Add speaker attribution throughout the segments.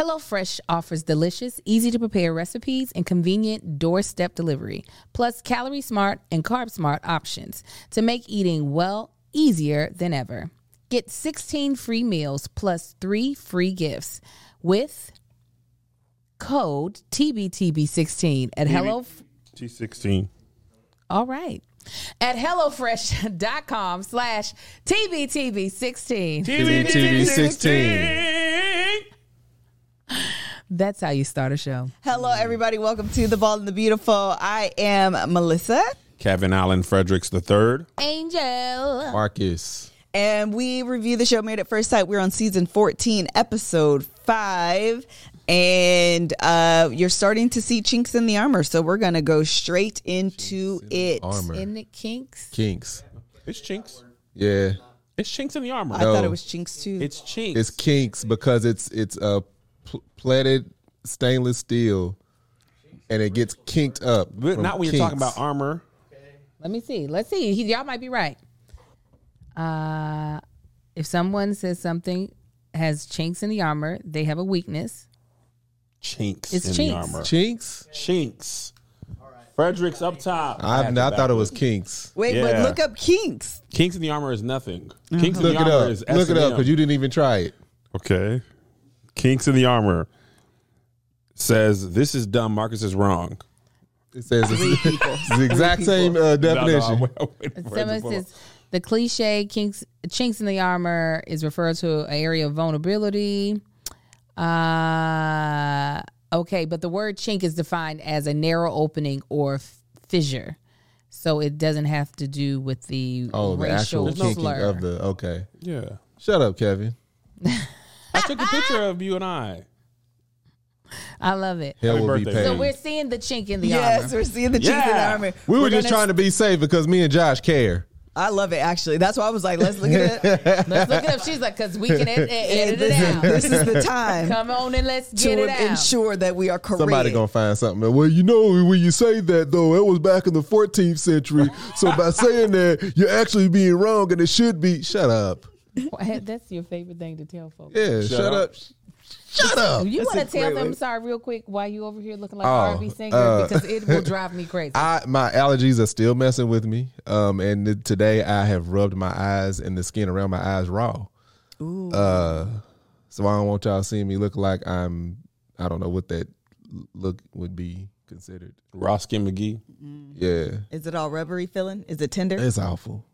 Speaker 1: HelloFresh offers delicious, easy to prepare recipes and convenient doorstep delivery, plus calorie smart and carb smart options to make eating well easier than ever. Get 16 free meals plus three free gifts with code TBTB16 at Hello.
Speaker 2: T sixteen.
Speaker 1: All right. At HelloFresh.com slash TBTB16.
Speaker 3: TV 16.
Speaker 1: That's how you start a show.
Speaker 4: Hello, everybody. Welcome to The Ball and the Beautiful. I am Melissa,
Speaker 2: Kevin Allen Fredericks the third.
Speaker 1: Angel.
Speaker 3: Marcus.
Speaker 4: and we review the show Made at First Sight. We're on season 14, episode 5. And uh, you're starting to see chinks in the armor. So we're going to go straight into it.
Speaker 3: Armor.
Speaker 1: In the kinks.
Speaker 3: kinks.
Speaker 2: It's chinks.
Speaker 3: Yeah.
Speaker 2: It's chinks in the armor.
Speaker 4: I thought it was chinks too.
Speaker 2: It's chinks.
Speaker 3: It's kinks because it's it's a pl- plated stainless steel and it gets kinked up.
Speaker 2: But
Speaker 3: from
Speaker 2: not when you're
Speaker 3: kinks.
Speaker 2: talking about armor.
Speaker 1: Let me see. Let's see. He, y'all might be right. Uh, if someone says something has chinks in the armor, they have a weakness.
Speaker 2: Chinks
Speaker 1: It's
Speaker 2: in
Speaker 1: chinks.
Speaker 2: the armor.
Speaker 3: chinks.
Speaker 2: Chinks. Fredericks up top.
Speaker 3: I've not thought it was kinks.
Speaker 4: Wait,
Speaker 2: Yeah.
Speaker 4: but look up kinks.
Speaker 2: Kinks in the armor is nothing. Kinks in
Speaker 3: Look
Speaker 2: the
Speaker 3: it
Speaker 2: armor
Speaker 3: up.
Speaker 2: is
Speaker 3: Look it up
Speaker 2: S&M.
Speaker 3: because you didn't even try it.
Speaker 2: Okay. Kinks in the armor says this is dumb. Marcus is wrong.
Speaker 3: It says it's, it's the exact same uh, definition.
Speaker 2: No, no, I'm waiting for it to
Speaker 1: Someone
Speaker 2: pull up.
Speaker 1: says the cliche kinks, chinks in the armor is referred to an area of vulnerability. Uh, okay, but the word chink is defined as a narrow opening or f- fissure. So it doesn't have to do with the
Speaker 3: Oh, the
Speaker 1: racial
Speaker 3: actual kinking
Speaker 1: slur.
Speaker 3: of the okay.
Speaker 2: yeah.
Speaker 3: Shut up, Kevin.
Speaker 2: I took a picture of you and I.
Speaker 1: I love it.
Speaker 3: Hell
Speaker 2: Happy
Speaker 3: will be
Speaker 2: birthday.
Speaker 3: paid.
Speaker 1: So we're seeing the chink in the armor.
Speaker 4: Yes, we're seeing the chinks in the
Speaker 2: Yeah.
Speaker 4: armor.
Speaker 3: we were
Speaker 4: We're
Speaker 3: just
Speaker 4: gonna-
Speaker 3: trying to be safe because me and Josh care.
Speaker 4: I love it, actually. That's why I was like, let's look at it.
Speaker 1: Let's look it up. She's like, because we can ed- ed-
Speaker 4: Hey,
Speaker 1: edit
Speaker 4: this, is,
Speaker 1: it out.
Speaker 4: this is the time.
Speaker 1: Come on and let's get it
Speaker 4: to
Speaker 1: out.
Speaker 4: ensure that we are correct.
Speaker 3: Somebody gonna find something. Well, you know, when you say that though, it was back in the 14th century. So by saying that, you're actually being wrong, and it should be. Shut up.
Speaker 1: Why- That's your favorite thing to tell folks.
Speaker 3: Yeah, shut,
Speaker 2: up.
Speaker 3: up. Shut up.
Speaker 1: You
Speaker 4: Oh, That's
Speaker 1: want
Speaker 4: a
Speaker 1: to tell
Speaker 4: great
Speaker 1: them,
Speaker 4: way.
Speaker 1: sorry, real quick, why you over here looking like
Speaker 3: Oh,
Speaker 1: an R&B singer?
Speaker 3: uh,
Speaker 1: because it will drive me crazy.
Speaker 3: I my allergies are still messing with me. Um, and th- today I have rubbed my eyes and the skin around my eyes raw. Ooh. Uh, so I don't want y'all seeing me look like I'm. I don't know what that look would be considered.
Speaker 2: Roskin McGee.
Speaker 3: Yeah,
Speaker 4: Is it all rubbery feeling? Is it tender?
Speaker 3: it's awful.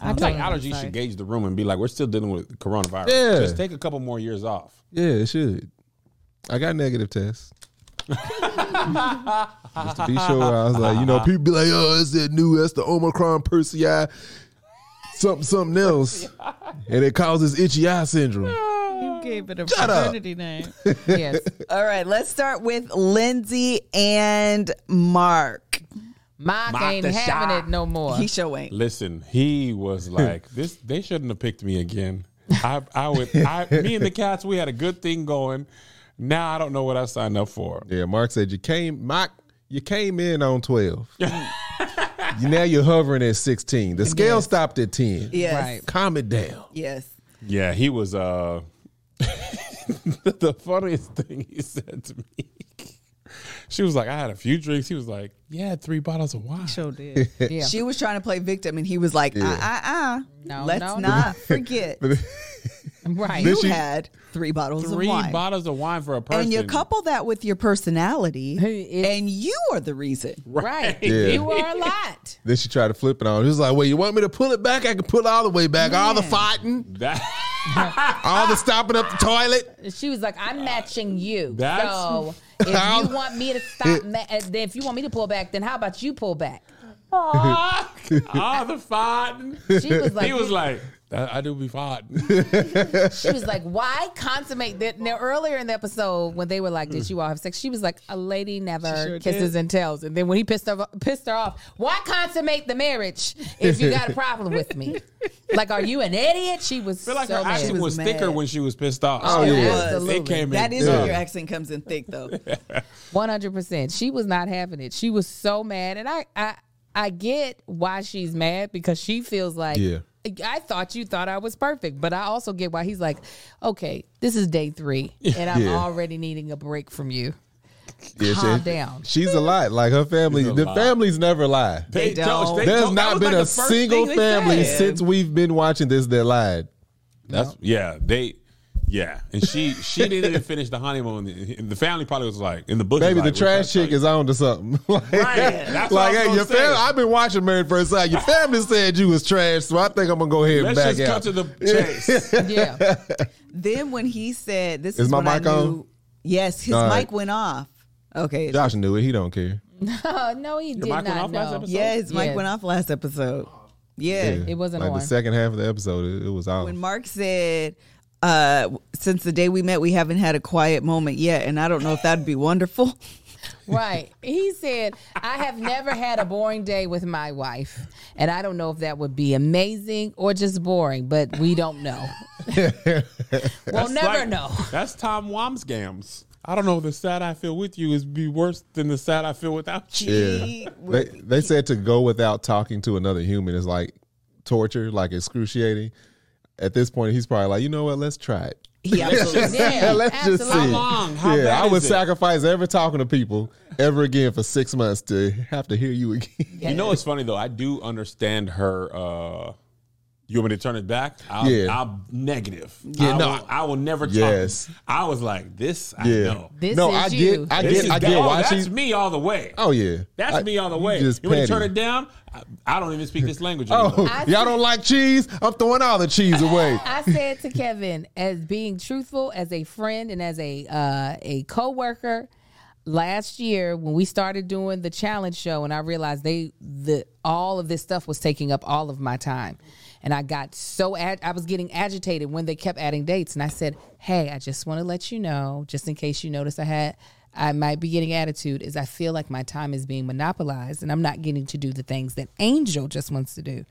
Speaker 1: I
Speaker 2: I
Speaker 1: told
Speaker 2: think
Speaker 1: him,
Speaker 2: allergies
Speaker 1: sorry.
Speaker 2: should gauge the room and be like, we're still dealing with coronavirus.
Speaker 3: Yeah.
Speaker 2: Just take a couple more years off.
Speaker 3: Yeah, it should. I got negative tests. Just to be sure, I was like, you know, people be like, oh, it's that new, that's the Omicron Persei, something, something else, and it causes itchy eye syndrome.
Speaker 4: You gave it a
Speaker 3: Shut up.
Speaker 4: name.
Speaker 1: yes.
Speaker 4: All right, let's start with Lindsay and Mark.
Speaker 1: Mike
Speaker 2: Mock
Speaker 1: ain't
Speaker 2: the
Speaker 1: having
Speaker 2: shot.
Speaker 1: it no more.
Speaker 4: He show ain't.
Speaker 2: Listen, he was like, this. They shouldn't have picked me again. I, I would. I, me and the cats, we had a good thing going. Now I don't know what I signed up for.
Speaker 3: Yeah, Mark said you came, Mike, you came in on twelve. you, now you're hovering at sixteen. The scale stopped at ten.
Speaker 4: Yes.
Speaker 1: Right.
Speaker 3: Calm it down.
Speaker 4: Yes.
Speaker 2: Yeah, he was. uh The funniest thing he said to me. She was like, I had a few drinks. He was like, Yeah, three bottles of wine.
Speaker 4: did.
Speaker 1: Yeah.
Speaker 4: She was trying to play victim, and he was like, uh uh uh.
Speaker 1: No,
Speaker 4: let's
Speaker 1: no, no.
Speaker 4: not forget. you
Speaker 1: right.
Speaker 3: This- she-
Speaker 4: had three bottles
Speaker 2: Three
Speaker 4: of wine.
Speaker 2: bottles of wine for a person.
Speaker 4: and you couple that with your personality,
Speaker 1: It-
Speaker 4: and you are the reason.
Speaker 1: right. You are a lot.
Speaker 3: Then she tried to flip it on. He was like, "Wait, you want me to pull it back? I can pull it all the way back. All the fighting,
Speaker 2: That-
Speaker 3: all the stopping up the toilet."
Speaker 1: She was like, I'm matching you.
Speaker 2: That's-
Speaker 1: so if
Speaker 3: How-
Speaker 1: you want me to stop, ma- uh, then if you want me to pull back, then how about you pull back?
Speaker 2: all the fighting.
Speaker 1: She was like,
Speaker 2: he was like, I, I do be fighting.
Speaker 1: She was like, "Why consummate that?" Now, earlier in the episode, when they were like, "Did you all have sex?" She was like, "A lady never kisses and tells." And then when he pissed her pissed her off, "Why consummate the marriage if you got a problem with me? like, are you an idiot?" She was
Speaker 2: I feel like
Speaker 1: so
Speaker 2: her
Speaker 1: mad.
Speaker 2: accent
Speaker 4: She was
Speaker 2: was, thicker
Speaker 4: mad.
Speaker 2: when she was pissed off.
Speaker 3: Oh, yeah.
Speaker 4: Absolutely.
Speaker 2: It came in.
Speaker 4: That is
Speaker 2: yeah.
Speaker 4: where your accent comes in thick, though.
Speaker 1: One hundred percent. She was not having it. She was so mad, and I I I get why she's mad because she feels like
Speaker 3: Yeah.
Speaker 1: I thought you thought I was perfect, but I also get why he's like, okay, this is day three, and I'm
Speaker 3: Yeah.
Speaker 1: already needing a break from you.
Speaker 3: Yeah,
Speaker 1: Calm down.
Speaker 3: She's a lot. Like her family,
Speaker 2: She's a
Speaker 3: the
Speaker 2: lot.
Speaker 3: families never lie.
Speaker 2: They,
Speaker 4: don't.
Speaker 2: they
Speaker 3: There's
Speaker 2: don't. That
Speaker 3: not
Speaker 2: was
Speaker 3: been
Speaker 2: like
Speaker 3: a
Speaker 2: the first
Speaker 3: single
Speaker 2: thing they
Speaker 3: family
Speaker 2: said.
Speaker 3: since we've been watching this that lied.
Speaker 2: That's yeah. They yeah, and she she didn't even finish the honeymoon. And the family probably was like in the book.
Speaker 3: Baby, the trash chick is on to something. like,
Speaker 2: that's what I was
Speaker 3: like, hey,
Speaker 2: gonna
Speaker 3: your
Speaker 2: say.
Speaker 3: family. I've been watching Married First Sight. Your family said you was trash, so I think I'm gonna go ahead and
Speaker 2: Let's
Speaker 3: back
Speaker 2: just
Speaker 3: out.
Speaker 2: cut to the chase.
Speaker 1: Yeah,
Speaker 4: Then when he said, "This is,
Speaker 3: Is my
Speaker 4: when I
Speaker 3: mic on?
Speaker 4: knew- Yes, his
Speaker 3: All
Speaker 4: mic
Speaker 3: right.
Speaker 4: went off. Okay.
Speaker 3: Josh knew it. He don't care.
Speaker 1: Oh, no, he did
Speaker 2: mic went
Speaker 1: not
Speaker 2: off last
Speaker 1: know.
Speaker 2: episode?
Speaker 4: yeah, his mic
Speaker 1: Yeah.
Speaker 4: went off last episode.
Speaker 3: Uh-huh.
Speaker 4: Yeah.
Speaker 1: It wasn't
Speaker 3: like
Speaker 1: on.
Speaker 3: the second half of the episode. It, it was off.
Speaker 4: When Mark said, uh, "Since the day we met, we haven't had a quiet moment yet," and I don't know if that'd be wonderful.
Speaker 1: Right. He said, I have never had a boring day with my wife. And I don't know if that would be amazing or just boring, but we don't know. we'll never know.
Speaker 2: That's Tom Wamsgams. I don't know. if The sad I feel with you is be worse than the sad I feel without you.
Speaker 3: Yeah. They, they said to go without talking to another human is like torture, like excruciating. At this point, he's probably like, you know what? Let's try it.
Speaker 4: He absolutely
Speaker 1: Yeah,
Speaker 3: Let's just
Speaker 1: absolutely.
Speaker 3: see.
Speaker 2: How long? How
Speaker 3: yeah,
Speaker 2: bad
Speaker 3: I would
Speaker 2: is it?
Speaker 3: sacrifice ever talking to people ever again for six months to have to hear you again.
Speaker 2: You know, it's funny though. I do understand her. uh You want me to turn it back? I'll,
Speaker 3: Yeah.
Speaker 2: I'm negative.
Speaker 3: Yeah,
Speaker 2: I
Speaker 3: no.
Speaker 2: Will, I will never. Talk.
Speaker 3: Yes.
Speaker 2: I was like this. I
Speaker 3: Yeah,
Speaker 2: know.
Speaker 1: This
Speaker 3: no,
Speaker 1: is
Speaker 3: I
Speaker 1: you.
Speaker 3: get, I
Speaker 2: This
Speaker 3: get,
Speaker 2: is
Speaker 3: I
Speaker 2: that-
Speaker 3: get
Speaker 2: oh,
Speaker 3: why she.
Speaker 2: That's me all the way.
Speaker 3: Oh yeah,
Speaker 2: That's
Speaker 3: I-
Speaker 2: me all the
Speaker 3: you
Speaker 2: way.
Speaker 3: Just
Speaker 2: you want to
Speaker 3: petty.
Speaker 2: turn it down? I, I don't even speak this language.
Speaker 3: Oh,
Speaker 2: anymore.
Speaker 1: I
Speaker 3: y'all don't like cheese? I'm throwing all the cheese away.
Speaker 1: I said to Kevin, as being truthful, as a friend, and as a uh, a coworker, last year when we started doing the challenge show, and I realized they the all of this stuff was taking up all of my time, and I got so ag- I was getting agitated when they kept adding dates, and I said, "Hey, I just want to let you know, just in case you notice, I had." I might be getting attitude is I feel like my time is being monopolized and I'm not getting to do the things that Angel just wants to do.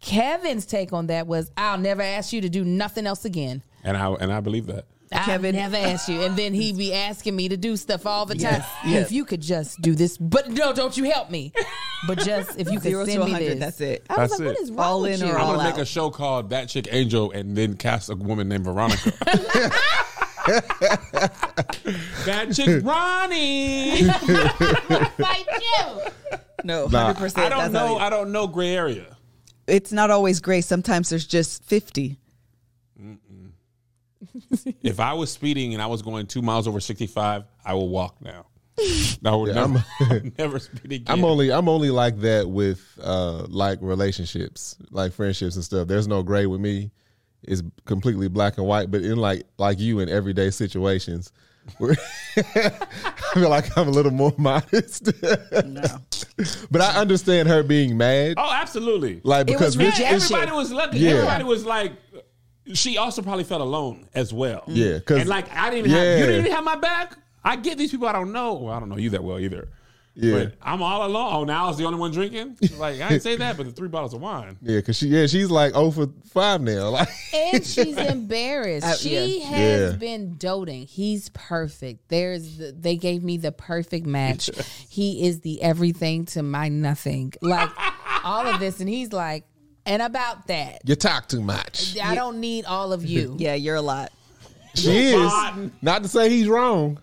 Speaker 1: Kevin's take on that was, "I'll never ask you to do nothing else again."
Speaker 2: And I and I believe that.
Speaker 1: I'll
Speaker 4: Kevin-
Speaker 1: never ask you, and then he be asking me to do stuff all the time. If you could just do this, but no, don't you help me. But just if you could
Speaker 4: Zero to
Speaker 1: send me
Speaker 4: 100,
Speaker 1: this,
Speaker 4: that's it.
Speaker 1: I was
Speaker 2: That's
Speaker 1: like, what
Speaker 2: it.
Speaker 1: is wrong
Speaker 4: All
Speaker 1: with
Speaker 4: in
Speaker 1: you?
Speaker 4: or
Speaker 2: I'm
Speaker 4: all
Speaker 2: gonna
Speaker 4: out.
Speaker 2: make a show called That Chick Angel and then cast a woman named Veronica. that chick Ronnie.
Speaker 1: Fight you.
Speaker 4: No,
Speaker 3: Nah.
Speaker 4: hundred percent.
Speaker 2: I don't know. I don't know gray area.
Speaker 4: it's not always gray. Sometimes there's just fifty.
Speaker 2: If I was speeding and I was going two miles over 65, I will walk now. I would
Speaker 3: Yeah,
Speaker 2: never, never speed again.
Speaker 3: I'm only I'm only like that with uh like relationships, like friendships and stuff. There's no gray with me. It's completely black and white, but in like like you in everyday situations where I feel like I'm a little more modest.
Speaker 4: No,
Speaker 3: but I understand her being mad.
Speaker 2: oh, absolutely.
Speaker 3: Like
Speaker 4: It
Speaker 3: because
Speaker 4: was
Speaker 3: we-
Speaker 2: Yeah,
Speaker 4: rejection.
Speaker 2: everybody was lucky.
Speaker 3: Yeah.
Speaker 2: Everybody was like. She also probably felt alone as well.
Speaker 3: Yeah, 'cause-
Speaker 2: and like I didn't even have you
Speaker 3: Yeah.
Speaker 2: didn't even have my back. I get these people I don't know. Well, I don't know you that well either.
Speaker 3: Yeah.
Speaker 2: But I'm all alone. Oh, now I was the only one drinking. Like I didn't say that, but the three bottles of wine.
Speaker 3: yeah, cause she yeah, she's like 0 for five now. Like
Speaker 1: and she's embarrassed.
Speaker 4: Uh,
Speaker 1: she has
Speaker 3: Yeah.
Speaker 1: been doting. He's perfect. There's the, they gave me the perfect match. He is the everything to my nothing. Like all of this, and he's like, and about that,
Speaker 3: you talk too much.
Speaker 1: I don't need all of you.
Speaker 4: yeah, you're a lot.
Speaker 3: She is.
Speaker 2: Rotten.
Speaker 3: Not to say he's wrong.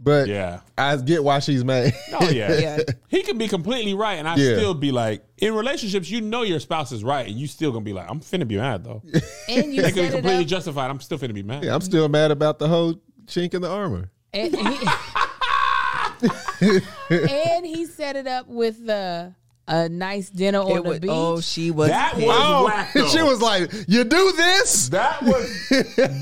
Speaker 3: But
Speaker 2: Yeah.
Speaker 3: I get why she's mad.
Speaker 2: Oh yeah.
Speaker 4: Yeah.
Speaker 2: He can be completely right, and I
Speaker 3: Yeah.
Speaker 2: still be like, in relationships, you know your spouse is right, and you still gonna be like, I'm finna be mad though.
Speaker 1: And you
Speaker 2: They can be
Speaker 1: set it
Speaker 2: completely
Speaker 1: up.
Speaker 2: justified. I'm still finna be mad.
Speaker 3: Yeah, I'm still mad about the whole chink in the armor.
Speaker 1: and, he, and he set it up with the a nice dinner on the
Speaker 4: It was,
Speaker 1: beach.
Speaker 4: oh, she was.
Speaker 2: That
Speaker 4: pissed.
Speaker 2: was- whack, though.
Speaker 3: she was like, "You do this?
Speaker 2: That was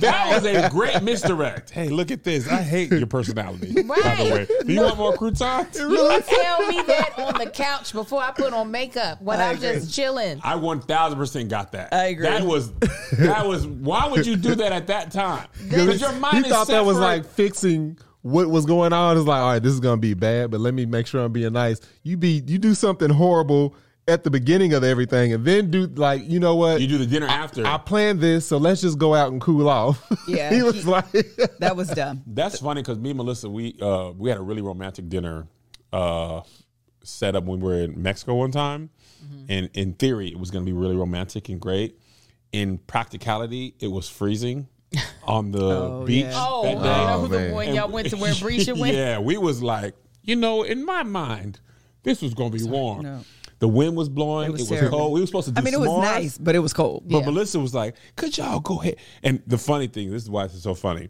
Speaker 2: that was a great misdirect. Hey, look at this. I hate your personality. By
Speaker 1: Right.
Speaker 2: the way, do you want more croutons?
Speaker 1: you tell me that on the couch before I put on makeup when
Speaker 4: I
Speaker 1: I'm
Speaker 4: agree.
Speaker 1: just chilling.
Speaker 2: I one thousand percent got that.
Speaker 4: I agree.
Speaker 2: That was that was. Why would you do that at that time? Because your mind
Speaker 3: he
Speaker 2: is
Speaker 3: thought that was
Speaker 2: separate.
Speaker 3: like fixing what was going on. It's like, all right, this is gonna be bad, but let me make sure I'm being nice. You be you do something horrible at the beginning of everything, and then do like, you know what?
Speaker 2: you do the dinner after.
Speaker 3: I planned this, so let's just go out and cool off.
Speaker 4: Yeah,
Speaker 3: he was
Speaker 4: he-
Speaker 3: like,
Speaker 4: that was dumb.
Speaker 2: That's funny because me and Melissa, we uh, we had a really romantic dinner uh, set up when we were in Mexico one time,
Speaker 4: Mm-hmm.
Speaker 2: and in theory it was going to be really romantic and great. In practicality, it was freezing on the beach
Speaker 4: yeah.
Speaker 1: Oh,
Speaker 2: that day.
Speaker 1: that
Speaker 3: Oh,
Speaker 1: was the
Speaker 3: man.
Speaker 1: one y'all went to where Breesha went.
Speaker 2: yeah, we was like, you know, in my mind, this was gonna be warm.
Speaker 4: no.
Speaker 2: The wind was blowing. It
Speaker 4: was
Speaker 2: was,
Speaker 4: terrible.
Speaker 2: cold. We were supposed to. Do
Speaker 4: I mean, it was
Speaker 2: s'mores,
Speaker 4: nice, but it was cold.
Speaker 2: But
Speaker 1: Yeah.
Speaker 2: Melissa was like, "Could y'all go ahead?" And the funny thing, this is why this is so funny.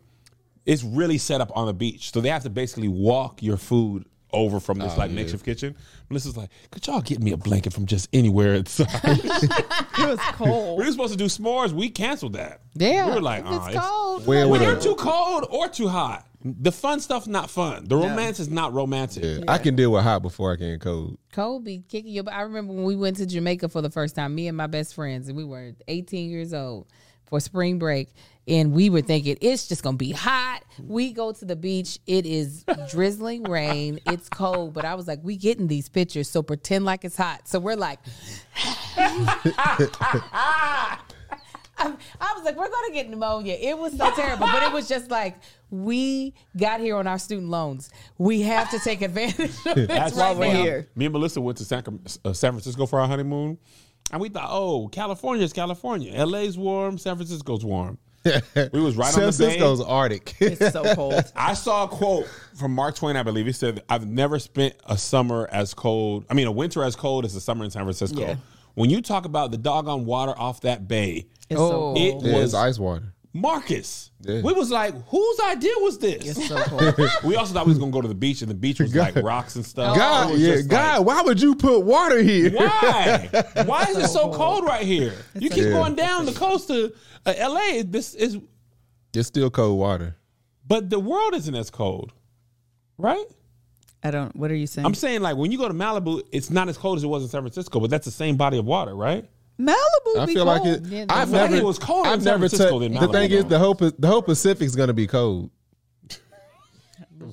Speaker 2: It's really set up on the beach, so they have to basically walk your food over from
Speaker 1: Oh,
Speaker 2: this like makeshift kitchen. Melissa's like, "Could y'all get me a blanket from just anywhere inside?"
Speaker 4: It was cold.
Speaker 2: we were supposed to do s'mores. We canceled that.
Speaker 1: Yeah,
Speaker 2: we were like,
Speaker 1: if
Speaker 2: "Uh,
Speaker 1: it's cold.
Speaker 3: Where
Speaker 1: come
Speaker 3: would
Speaker 1: on.
Speaker 2: when
Speaker 3: Yeah.
Speaker 2: you're too cold or too hot, the fun stuff not fun. The romance is not romantic.
Speaker 3: Yeah, I can deal with hot before I can cold.
Speaker 1: Cold be kicking your. butt. I remember when we went to Jamaica for the first time, me and my best friends, and we were 18 years old for spring break, and we were thinking it's just gonna be hot. We go to the beach, it is drizzling rain, it's cold, but I was like, we getting these pictures, so pretend like it's hot. So we're like. I, I was like, we're gonna get pneumonia. It was so terrible, but it was just like we got here on our student loans. We have to take advantage of this
Speaker 2: That's
Speaker 1: right
Speaker 2: why
Speaker 1: now.
Speaker 2: when
Speaker 4: here.
Speaker 2: Me and Melissa went to San, uh, San Francisco for our honeymoon, and we thought, oh, California's California. LA's warm, San Francisco's warm. we was right
Speaker 3: San
Speaker 2: on the bay.
Speaker 3: Francisco's Arctic.
Speaker 4: It's so cold.
Speaker 2: I saw a quote from Mark Twain, I believe. He said, "I've never spent a summer as cold. I mean, a winter as cold as the summer in San Francisco."
Speaker 4: Yeah.
Speaker 2: When you talk about the doggone water off that bay,
Speaker 4: It's
Speaker 1: Oh.
Speaker 4: so
Speaker 2: it
Speaker 4: cold.
Speaker 3: Yeah, it's
Speaker 2: was
Speaker 3: ice water.
Speaker 2: Marcus.
Speaker 3: Yeah.
Speaker 2: We was like, whose idea was this?
Speaker 4: It's so cold.
Speaker 2: We also thought we was gonna go to the beach, and the beach was like rocks and stuff. It
Speaker 4: Oh,
Speaker 3: God,
Speaker 2: was
Speaker 3: yeah,
Speaker 2: just like-
Speaker 3: God, why would you put water here?
Speaker 2: Why? Why is it so cold right here? You keep
Speaker 3: Yeah.
Speaker 2: going down the coast to uh, LA. This is,
Speaker 3: It's still cold water.
Speaker 2: but the world isn't as cold, right?
Speaker 4: I don't. What are you saying?
Speaker 2: I'm saying like when you go to Malibu, it's not as cold as it was in San Francisco, but that's the same body of water, right?
Speaker 4: Malibu.
Speaker 3: I
Speaker 4: be
Speaker 3: feel like
Speaker 4: cold.
Speaker 3: it.
Speaker 1: Yeah, the
Speaker 3: I've
Speaker 1: weather
Speaker 3: never.
Speaker 2: was colder
Speaker 3: I've
Speaker 2: in San
Speaker 3: never
Speaker 2: Francisco than
Speaker 3: touched. The thing
Speaker 2: Malibu.
Speaker 3: is, the whole the whole Pacific's gonna be cold.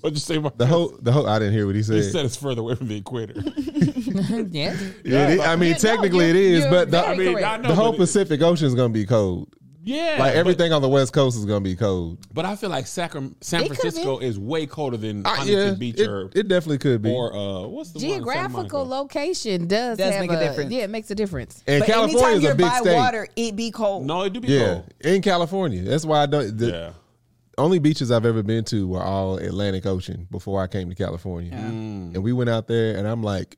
Speaker 2: What'd you say? Mark?
Speaker 3: The whole the whole. I didn't hear what he
Speaker 2: They
Speaker 3: said.
Speaker 2: said it's further away from the equator.
Speaker 1: yeah.
Speaker 3: Yeah, it- I mean,
Speaker 1: Yeah, no,
Speaker 3: technically it
Speaker 1: you're-
Speaker 3: is,
Speaker 1: you're
Speaker 3: but the,
Speaker 1: very
Speaker 3: I mean,
Speaker 1: correct.
Speaker 2: I know,
Speaker 3: the whole
Speaker 2: but it-
Speaker 3: Pacific Ocean is gonna be cold.
Speaker 2: yeah,
Speaker 3: Like
Speaker 2: but-
Speaker 3: everything on the West Coast is gonna be cold.
Speaker 2: But, I feel like Sacram- San
Speaker 1: It could've
Speaker 2: Francisco is way colder than
Speaker 3: I,
Speaker 2: Huntington
Speaker 3: Ah, yeah,
Speaker 2: Beach
Speaker 3: it,
Speaker 2: or,
Speaker 3: it definitely could be.
Speaker 2: or uh, what's the one in Santa
Speaker 1: Geographical
Speaker 2: Monica?
Speaker 1: location does,
Speaker 4: Does
Speaker 1: have
Speaker 4: make a difference.
Speaker 1: Yeah, it makes a difference.
Speaker 3: and
Speaker 4: But
Speaker 3: California
Speaker 4: anytime
Speaker 3: is a
Speaker 4: you're
Speaker 3: big
Speaker 4: by
Speaker 3: state.
Speaker 4: water, it be cold.
Speaker 2: No, it do be
Speaker 3: yeah,
Speaker 2: cold.
Speaker 3: in California, that's why I don't. The
Speaker 2: Oh. Yeah.
Speaker 3: only beaches I've ever been to were all Atlantic Ocean before I came to California,
Speaker 2: Mm.
Speaker 3: and we went out there, and I'm like,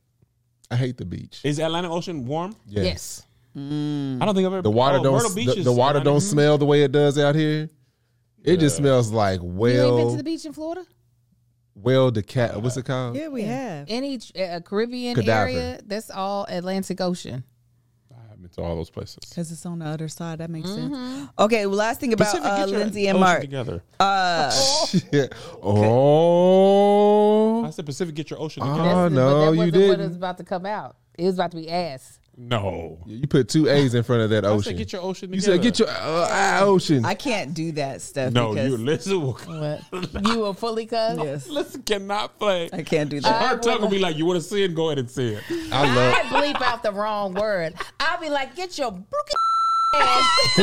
Speaker 3: I hate the beach.
Speaker 2: Is Atlantic Ocean warm?
Speaker 3: yes.
Speaker 1: Yes.
Speaker 2: I don't think I've ever.
Speaker 3: The water
Speaker 2: oh, Myrtle
Speaker 3: don't
Speaker 2: Beach
Speaker 3: the,
Speaker 2: is
Speaker 3: the water
Speaker 2: Atlantic-
Speaker 3: don't smell the way it does out here. It just smells like
Speaker 1: You ain't been
Speaker 3: well
Speaker 1: to the beach in Florida?
Speaker 3: well deca- what's it called?
Speaker 4: Yeah, we have.
Speaker 1: Any uh, Caribbean
Speaker 3: Cadaver.
Speaker 1: area? That's all Atlantic Ocean.
Speaker 2: I've been to all those places.
Speaker 4: Because it's on the other side. That makes
Speaker 1: Mm-hmm.
Speaker 4: sense. Okay, well, last thing about
Speaker 2: Pacific,
Speaker 4: uh,
Speaker 2: get your
Speaker 4: Lindsay and
Speaker 2: ocean
Speaker 4: Mark.
Speaker 2: together.
Speaker 3: Yeah. Oh,
Speaker 2: I said Pacific, get your ocean
Speaker 3: Oh,
Speaker 2: together.
Speaker 1: That's- but that
Speaker 3: no, you
Speaker 1: wasn't What
Speaker 3: didn't.
Speaker 1: was about to come out? It was about to be ass.
Speaker 2: no,
Speaker 3: you put two A's in front of that
Speaker 2: I
Speaker 3: ocean.
Speaker 2: said get your ocean
Speaker 3: you
Speaker 2: together.
Speaker 3: said get your uh, uh, ocean.
Speaker 4: I can't do that stuff.
Speaker 2: no.
Speaker 4: because,
Speaker 2: You listen. will-
Speaker 1: you were fully cuz.
Speaker 4: Yes.
Speaker 2: Listen cannot play.
Speaker 4: I can't do that.
Speaker 2: Her tongue will be like, you want to see it? Go ahead and see it.
Speaker 3: I love.
Speaker 1: I bleep out the wrong word. I'll be like, get your broken ass.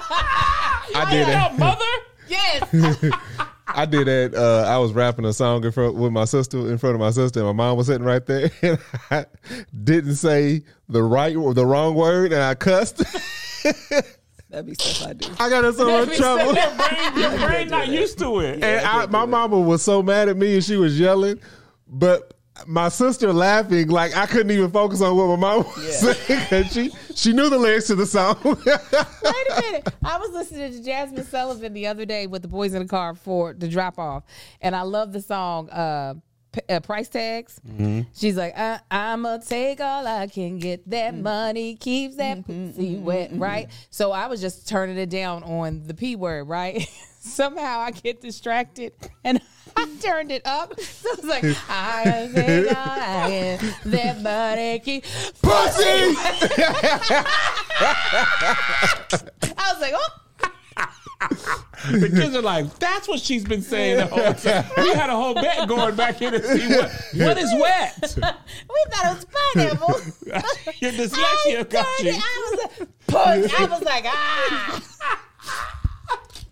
Speaker 3: I did
Speaker 2: Your
Speaker 3: that.
Speaker 2: mother.
Speaker 1: Yes.
Speaker 3: I did that. Uh, I was rapping a song in front with my sister in front of my sister. and My mom was sitting right there, and I didn't say the right or the wrong word, and I cussed.
Speaker 4: That'd be stuff I do.
Speaker 3: I got in so much trouble.
Speaker 2: Your brain, your brain not used to it.
Speaker 3: And I, my mama was so mad at me and she was yelling, but my sister laughing like I couldn't even focus on what my mom was
Speaker 4: Yeah.
Speaker 3: saying 'cause she she knew the lyrics to the song.
Speaker 1: Wait a minute. I was listening to Jasmine Sullivan the other day with the boys in the car for the drop off, and I love the song uh, P- uh, "Price Tags." She's like, I- "I'ma take all I can get. That money keeps that pussy wet, right?" So I was just turning it down on the p word, right? Somehow I get distracted and. I turned it up. So it's like, I take all I can. That money keep.
Speaker 3: Pussy.
Speaker 1: I was like, oh.
Speaker 2: The kids are like, that's what she's been saying the whole time. We had a whole bet going back here to see what, what is wet.
Speaker 1: We thought it was pineapple.
Speaker 2: Your dyslexia got
Speaker 1: I,
Speaker 2: you.
Speaker 1: was like, puss. I was like, ah.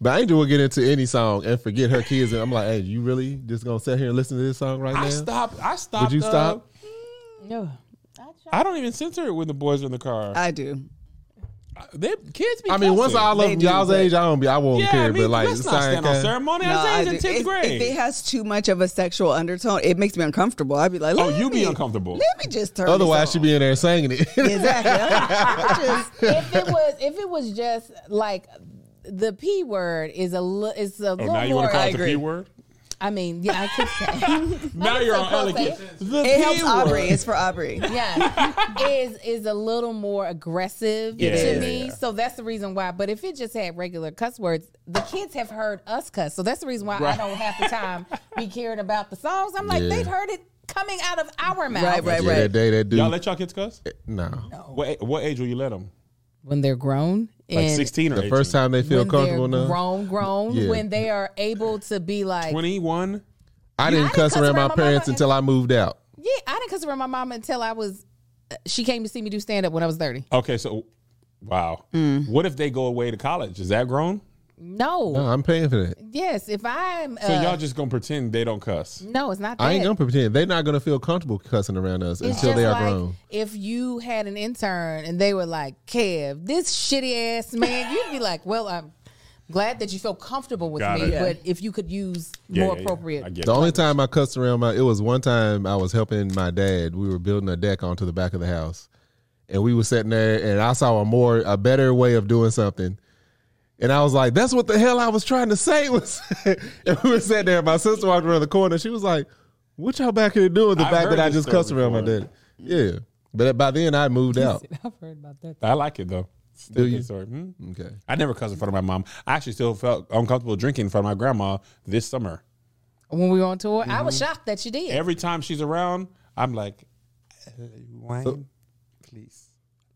Speaker 3: but Angel will get into any song and forget her kids, and I'm like, hey, you really just gonna sit here and listen to this song right
Speaker 2: I
Speaker 3: now?
Speaker 2: stopped. I stopped.
Speaker 3: Would you
Speaker 2: uh,
Speaker 3: stop?
Speaker 1: No.
Speaker 2: I don't even censor it when the boys are in the car.
Speaker 4: I do.
Speaker 2: they kids be.
Speaker 3: I mean, once
Speaker 2: cussing.
Speaker 3: all
Speaker 4: They
Speaker 3: of
Speaker 4: do,
Speaker 3: y'all's
Speaker 4: but-
Speaker 3: age, I don't be. I won't
Speaker 2: yeah,
Speaker 3: care.
Speaker 2: I mean,
Speaker 3: but like,
Speaker 2: let's not
Speaker 3: same
Speaker 2: stand on
Speaker 3: kind-
Speaker 2: ceremony.
Speaker 4: No,
Speaker 2: I
Speaker 4: I
Speaker 2: was in
Speaker 4: do.
Speaker 2: tenth
Speaker 4: If,
Speaker 2: grade.
Speaker 4: if it has too much of a sexual undertone, it makes me uncomfortable. I'd be like,
Speaker 2: Oh,
Speaker 4: let
Speaker 2: you be
Speaker 4: me-
Speaker 2: uncomfortable.
Speaker 4: Let me just turn.
Speaker 3: Otherwise,
Speaker 4: this
Speaker 3: she'd be in there singing it.
Speaker 4: on. exactly. Just-
Speaker 1: if it was if it was just like the p word is a li- is a
Speaker 2: Oh,
Speaker 1: little
Speaker 2: now you
Speaker 1: more.
Speaker 2: want to call
Speaker 1: I,
Speaker 2: it the p word?
Speaker 1: mean, yeah, I could say.
Speaker 2: Now you're on
Speaker 1: close,
Speaker 2: elegant.
Speaker 1: eh?
Speaker 2: The
Speaker 4: it helps
Speaker 2: P
Speaker 4: Aubrey.
Speaker 2: word.
Speaker 4: It's for Aubrey.
Speaker 1: yeah, is is a little more aggressive
Speaker 2: Yeah,
Speaker 1: to
Speaker 2: yeah,
Speaker 1: me.
Speaker 2: yeah.
Speaker 1: So that's the reason why. But if it just had regular cuss words, the kids have heard us cuss. So that's the reason why I
Speaker 2: Right.
Speaker 1: don't half the time be caring about the songs. I'm like,
Speaker 3: Yeah.
Speaker 1: they've heard it coming out of our mouth.
Speaker 4: Right, right,
Speaker 3: yeah, that
Speaker 4: right.
Speaker 3: day that dude.
Speaker 2: Y'all let y'all kids cuss?
Speaker 3: no.
Speaker 2: What, a- what age will you let them?
Speaker 1: When they're grown
Speaker 2: Like
Speaker 1: and
Speaker 2: 16 or
Speaker 3: The first
Speaker 2: 18?
Speaker 3: time they feel
Speaker 1: when
Speaker 3: comfortable
Speaker 1: they're
Speaker 3: enough.
Speaker 1: grown, grown,
Speaker 3: Yeah.
Speaker 1: when they are able to be like,
Speaker 2: 21?
Speaker 3: I didn't cuss around my
Speaker 1: mama
Speaker 3: parents
Speaker 1: and-
Speaker 3: until I moved out.
Speaker 1: Yeah, I didn't cuss around my mom until I was. uh, She came to see me do stand up when I was thirty.
Speaker 2: Okay, so wow. What if they go away to college? Is that grown?
Speaker 1: No.
Speaker 3: No, I'm paying for that.
Speaker 1: Yes, if I'm. Uh,
Speaker 2: So y'all just gonna pretend they don't cuss?
Speaker 1: no, it's not. That.
Speaker 3: I ain't gonna pretend they're not gonna feel comfortable cussing around us
Speaker 1: It's
Speaker 3: until
Speaker 1: just
Speaker 3: they are
Speaker 1: like
Speaker 3: grown.
Speaker 1: if you had an intern and they were like, "Kev, this shitty ass man," you'd be like, "Well, I'm glad that you feel comfortable with
Speaker 2: Got
Speaker 1: me,
Speaker 2: it. Yeah.
Speaker 1: but if you could use
Speaker 2: Yeah,
Speaker 1: more
Speaker 2: yeah, yeah.
Speaker 1: appropriate."
Speaker 2: I get
Speaker 3: The
Speaker 2: it.
Speaker 3: only time I cussed around my it was one time I was helping my dad. We were building a deck onto the back of the house. And we were sitting there and I saw a more a better way of doing something. And I was like, that's what the hell I was trying to say was and we were sitting there. My sister walked around the corner. She was like, What y'all back here doing? The
Speaker 2: I've
Speaker 3: fact
Speaker 2: heard
Speaker 3: that I
Speaker 2: this
Speaker 3: just
Speaker 2: story
Speaker 3: cussed around my
Speaker 2: before.
Speaker 3: dad. Yeah. But by then I moved out.
Speaker 1: I've heard about that.
Speaker 2: I like it though.
Speaker 3: Do you?
Speaker 2: Sorry. Hmm?
Speaker 3: Okay.
Speaker 2: I never cussed in front of my mom. I actually still felt uncomfortable drinking in front of my grandma this summer.
Speaker 1: When we were on tour, I was shocked that you did.
Speaker 2: Mm-hmm. Every time she's around, I'm like, "Uh, wine, please.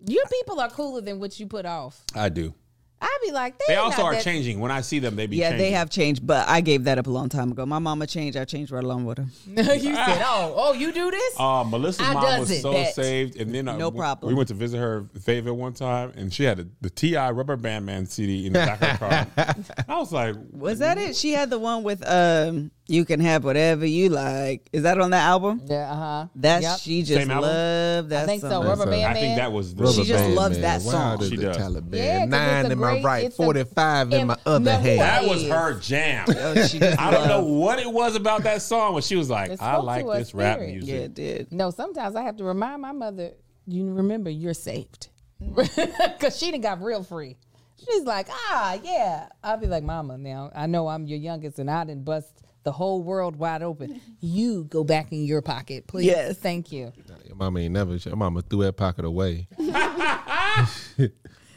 Speaker 1: Your people are cooler than what you put off.
Speaker 2: I do.
Speaker 1: I'd be like,
Speaker 2: They
Speaker 1: "They're
Speaker 2: also
Speaker 1: not
Speaker 2: are
Speaker 1: that-
Speaker 2: changing. When I see them, they be
Speaker 4: Yeah,
Speaker 2: changing.
Speaker 4: they have changed, but I gave that up a long time ago. My mama changed. I changed right along with her.
Speaker 1: you said, "Oh, oh, you do this."
Speaker 2: Uh, Melissa's
Speaker 1: I
Speaker 2: mom
Speaker 1: does
Speaker 2: was
Speaker 1: it,
Speaker 2: so
Speaker 1: bet.
Speaker 2: saved, and then uh,
Speaker 4: No
Speaker 2: w-
Speaker 4: problem.
Speaker 2: We went to visit her Fayetteville one time, and she had a, the Ti Rubber Band Man CD in the back of her car. I was like,
Speaker 4: Was that it? She had the one with um, "You Can Have Whatever You Like." Is that on that album?
Speaker 1: yeah, uh huh.
Speaker 4: That's
Speaker 1: Yep.
Speaker 4: she just
Speaker 2: Same album?
Speaker 4: loved that
Speaker 1: I think so.
Speaker 4: song.
Speaker 1: Rubber
Speaker 3: so.
Speaker 1: band
Speaker 2: I
Speaker 1: man.
Speaker 2: think that was the
Speaker 3: Rubber
Speaker 4: She just
Speaker 3: band,
Speaker 4: loves that
Speaker 3: Why
Speaker 4: song.
Speaker 3: does
Speaker 2: She
Speaker 3: the
Speaker 2: does.
Speaker 3: Taliban?
Speaker 1: Yeah, 'cause
Speaker 3: Nine
Speaker 1: it's a
Speaker 3: in
Speaker 1: great-
Speaker 3: my right,
Speaker 1: it's a-
Speaker 3: forty-five in my
Speaker 1: and-
Speaker 3: other
Speaker 1: no,
Speaker 3: hand.
Speaker 2: that was
Speaker 1: is.
Speaker 2: her jam.
Speaker 4: Oh, she just
Speaker 2: I don't know
Speaker 4: loved-
Speaker 2: what it was about that song, but she was like,
Speaker 1: It
Speaker 2: I
Speaker 1: spoke
Speaker 2: like
Speaker 1: to her
Speaker 2: this rap
Speaker 1: spirit.
Speaker 4: Yeah,
Speaker 2: music.
Speaker 4: it did.
Speaker 1: No, sometimes I have to remind my mother, you remember you're saved. Because she done got real free. She's like, ah, yeah. I'll be like, Mama, now I know I'm your youngest and I didn't bust the whole world wide open. You go back in your pocket, please.
Speaker 4: Yes.
Speaker 1: Thank you.
Speaker 3: Your mama ain't never. Your mama threw that pocket away.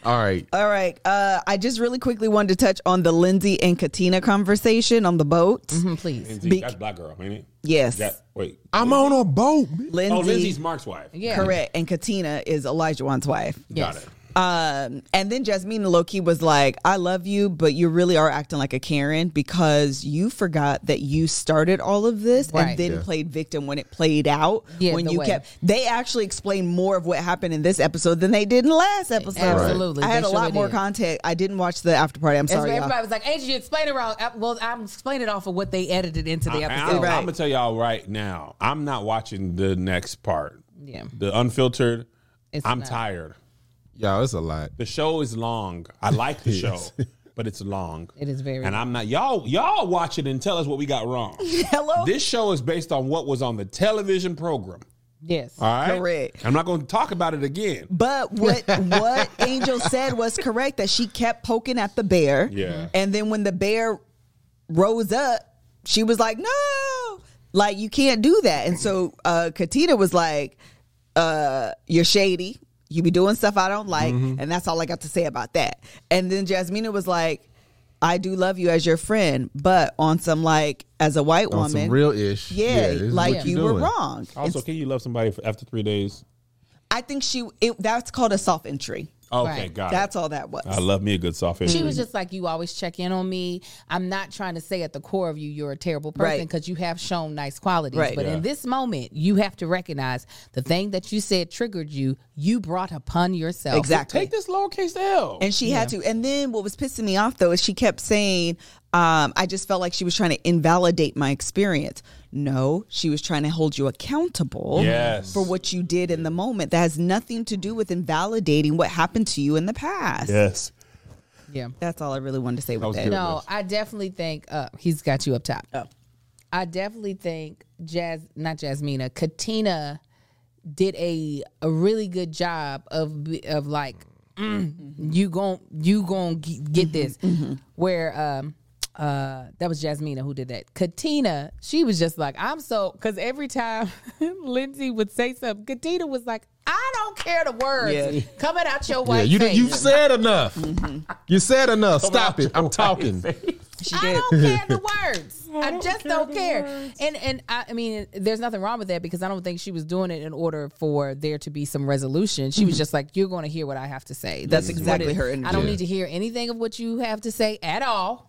Speaker 3: All right.
Speaker 4: All right. Uh, I just really quickly wanted to touch on the Lindsay and Katina conversation on the boat.
Speaker 1: Mm, Please.
Speaker 2: Lindsay,
Speaker 4: Big-
Speaker 2: That's black girl, ain't it?
Speaker 4: Yes.
Speaker 2: That, wait.
Speaker 3: I'm on a boat.
Speaker 4: Lindsay,
Speaker 2: Oh, Lindsay's Mark's wife.
Speaker 1: Yeah.
Speaker 4: correct. And Katina is Elijah Wan's wife.
Speaker 2: Got
Speaker 1: Yes.
Speaker 2: it.
Speaker 4: Um, and then Jasmine Loki was like, I love you, but you really are acting like a Karen because you forgot that you started all of this
Speaker 1: Right.
Speaker 4: and then
Speaker 3: Yeah.
Speaker 4: played victim when it played out.
Speaker 1: Yeah,
Speaker 4: when
Speaker 1: the
Speaker 4: you
Speaker 1: way.
Speaker 4: kept, they actually explained more of what happened in this episode than they did in the last episode.
Speaker 1: Absolutely.
Speaker 4: I had
Speaker 1: They
Speaker 4: a lot
Speaker 1: sure
Speaker 4: more
Speaker 1: did.
Speaker 4: context. I didn't watch the after party. I'm
Speaker 1: That's
Speaker 4: sorry.
Speaker 1: why
Speaker 4: y'all.
Speaker 1: everybody was like, Angie, you explained it wrong. I- well, I'm explaining it off of what they edited into the
Speaker 2: I,
Speaker 1: episode.
Speaker 4: Right.
Speaker 2: am gonna tell y'all right now. I'm not watching the next part.
Speaker 1: Yeah.
Speaker 2: The unfiltered.
Speaker 1: It's
Speaker 2: I'm
Speaker 1: not.
Speaker 2: tired.
Speaker 3: Y'all, it's a lot.
Speaker 2: The show is long. I like the show, but it's long.
Speaker 1: It is very
Speaker 2: And I'm not y'all. Y'all watch it and tell us what we got wrong.
Speaker 4: Hello?
Speaker 2: This show is based on what was on the television program.
Speaker 1: Yes.
Speaker 2: All right.
Speaker 4: Correct.
Speaker 2: I'm not going to talk about it again.
Speaker 4: But what what Angel said was correct that she kept poking at the bear.
Speaker 3: Mm-hmm.
Speaker 2: Yeah.
Speaker 4: And then when the bear rose up, she was like, "No, like you can't do that." And so uh, Katina was like, uh, "You're shady. You be doing stuff I don't like."
Speaker 2: Mm-hmm.
Speaker 4: And that's all I got to say about that. And then Jasmina was like, "I do love you as your friend, but on some like as a white
Speaker 3: On
Speaker 4: woman."
Speaker 3: some real ish.
Speaker 4: yeah,
Speaker 3: this is
Speaker 4: like
Speaker 3: what
Speaker 4: you were
Speaker 3: doing.
Speaker 4: wrong.
Speaker 2: Also, can you love somebody for after three days?
Speaker 4: I think she it, that's called a soft entry.
Speaker 2: Okay,
Speaker 1: Right.
Speaker 2: got
Speaker 4: That's
Speaker 2: it.
Speaker 4: all that was.
Speaker 2: I love me a good soft entry.
Speaker 1: She
Speaker 4: Mm.
Speaker 1: was just like, you always check in on me. I'm not trying to say at the core of you, you're a terrible person
Speaker 4: Right.
Speaker 1: because you have shown nice qualities.
Speaker 4: Right.
Speaker 1: But
Speaker 2: Yeah.
Speaker 1: in this moment, you have to recognize the thing that you said triggered you, you brought upon yourself.
Speaker 4: Exactly.
Speaker 2: Take this lowercase L.
Speaker 4: And she had to. And then what was pissing me off though is she kept saying, Um, I just felt like she was trying to invalidate my experience. No, she was trying to hold you accountable
Speaker 2: Yes.
Speaker 4: for what you did in the moment. That has nothing to do with invalidating what happened to you in the past.
Speaker 2: Yes.
Speaker 1: Yeah.
Speaker 4: That's all I really wanted to say with
Speaker 2: was
Speaker 4: that.
Speaker 2: good.
Speaker 1: No, I definitely think uh, he's got you up top.
Speaker 4: Oh.
Speaker 1: I definitely think Jazz, not Jasmina, Katina did a a really good job of be- of like mm,
Speaker 4: Mm-hmm.
Speaker 1: you gon' you gon' g- get this where um uh that was Jasmina who did that. Katina, she was just like I'm so cuz every time Lindsay would say something, Katina was like I don't care the words
Speaker 4: Yeah.
Speaker 1: coming out your
Speaker 3: Yeah,
Speaker 1: white
Speaker 3: you
Speaker 1: face.
Speaker 3: you've said enough. Mm-hmm. You said enough. Stop
Speaker 2: out
Speaker 3: it. I'm talking.
Speaker 4: She
Speaker 1: I
Speaker 4: did.
Speaker 1: don't care the words. I,
Speaker 2: don't
Speaker 1: just
Speaker 2: care
Speaker 1: don't
Speaker 2: the
Speaker 1: care.
Speaker 2: words.
Speaker 1: And and I, I mean, there's nothing wrong with that because I don't think she was doing it in order for there to be some resolution.
Speaker 4: Mm-hmm.
Speaker 1: She was just like, "You're going to hear what I have to say."
Speaker 4: That's
Speaker 1: This is
Speaker 4: exactly
Speaker 1: what it-
Speaker 4: her
Speaker 1: I don't
Speaker 4: energy.
Speaker 1: need to hear anything of what you have to say at all.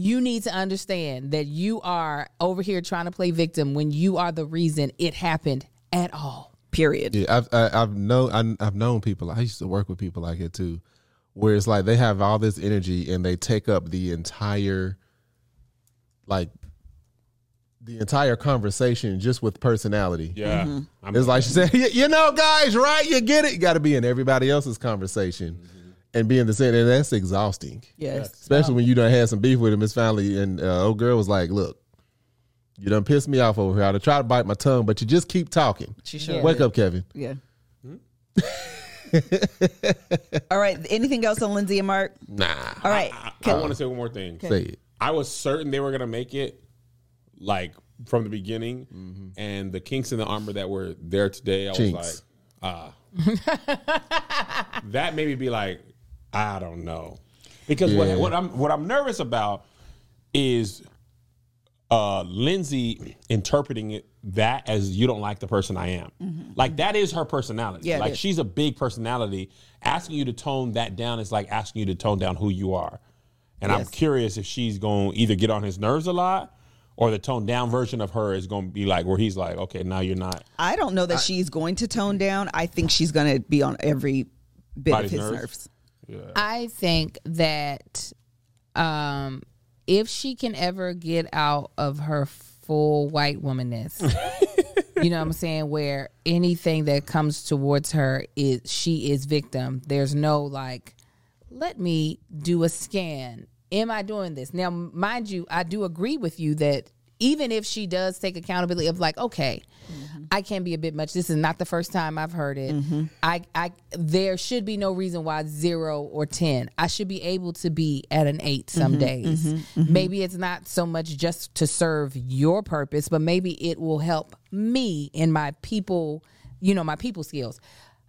Speaker 1: You need to understand that you are over here trying to play victim when you are the reason it happened at all.
Speaker 4: Period.
Speaker 3: Yeah, I've I, I've known I, I've known people. I used to work with people like it too, where it's like they have all this energy and they take up the entire, like, the entire conversation just with personality.
Speaker 2: Yeah.
Speaker 1: Mm-hmm.
Speaker 2: I'm-
Speaker 3: It's like she said, "Y- you know, guys, right? You get it. You got to be in everybody else's conversation and be in the center. And that's exhausting,
Speaker 4: Yes.
Speaker 3: especially when you done had some beef with him. It's finally, and uh, old girl was like, look, you done pissed me off over here. I tried to bite my tongue, but you just keep talking.
Speaker 4: She sure
Speaker 3: Wake up, Kevin.
Speaker 4: Yeah. All right. Anything else on Lindsay and Mark?
Speaker 3: Nah.
Speaker 4: All right.
Speaker 2: Hmm? I,
Speaker 4: Can-
Speaker 2: want to say one more thing.
Speaker 3: Say it.
Speaker 2: I was certain they were gonna make it, like from the beginning,
Speaker 4: Mm-hmm.
Speaker 2: and the kinks in the armor that were there today. I
Speaker 3: Chinks.
Speaker 2: was like, ah, that made me be like, I don't know, because
Speaker 3: Yeah.
Speaker 2: what, what I'm what I'm nervous about is uh Lindsay interpreting it that as you don't like the person I am. Like that is her personality.
Speaker 4: Mm-hmm. Yeah, it
Speaker 2: like
Speaker 4: is.
Speaker 2: she's a big personality. Asking you to tone that down is like asking you to tone down who you are. And I'm
Speaker 4: Yes.
Speaker 2: curious if she's going to either get on his nerves a lot or the toned down version of her is going to be like where he's like, "Okay, now you're not."
Speaker 4: I don't know that she's going to tone down. I think she's going to be on every bit of
Speaker 2: Body's
Speaker 4: his nerves.
Speaker 2: nerves.
Speaker 1: I think that um, if she can ever get out of her full white womanness, you know what I'm saying, where anything that comes towards her is she is victim. There's no like, let me do a scan. Am I doing this? Now, mind you, I do agree with you that even if she does take accountability of like, okay, I can be a bit much. This is not the first time I've heard it. I, I, there should be no reason why zero or ten. I should be able to be at an eight some days. Maybe it's not so much just to serve your purpose, but maybe it will help me in my people, you know, my people skills.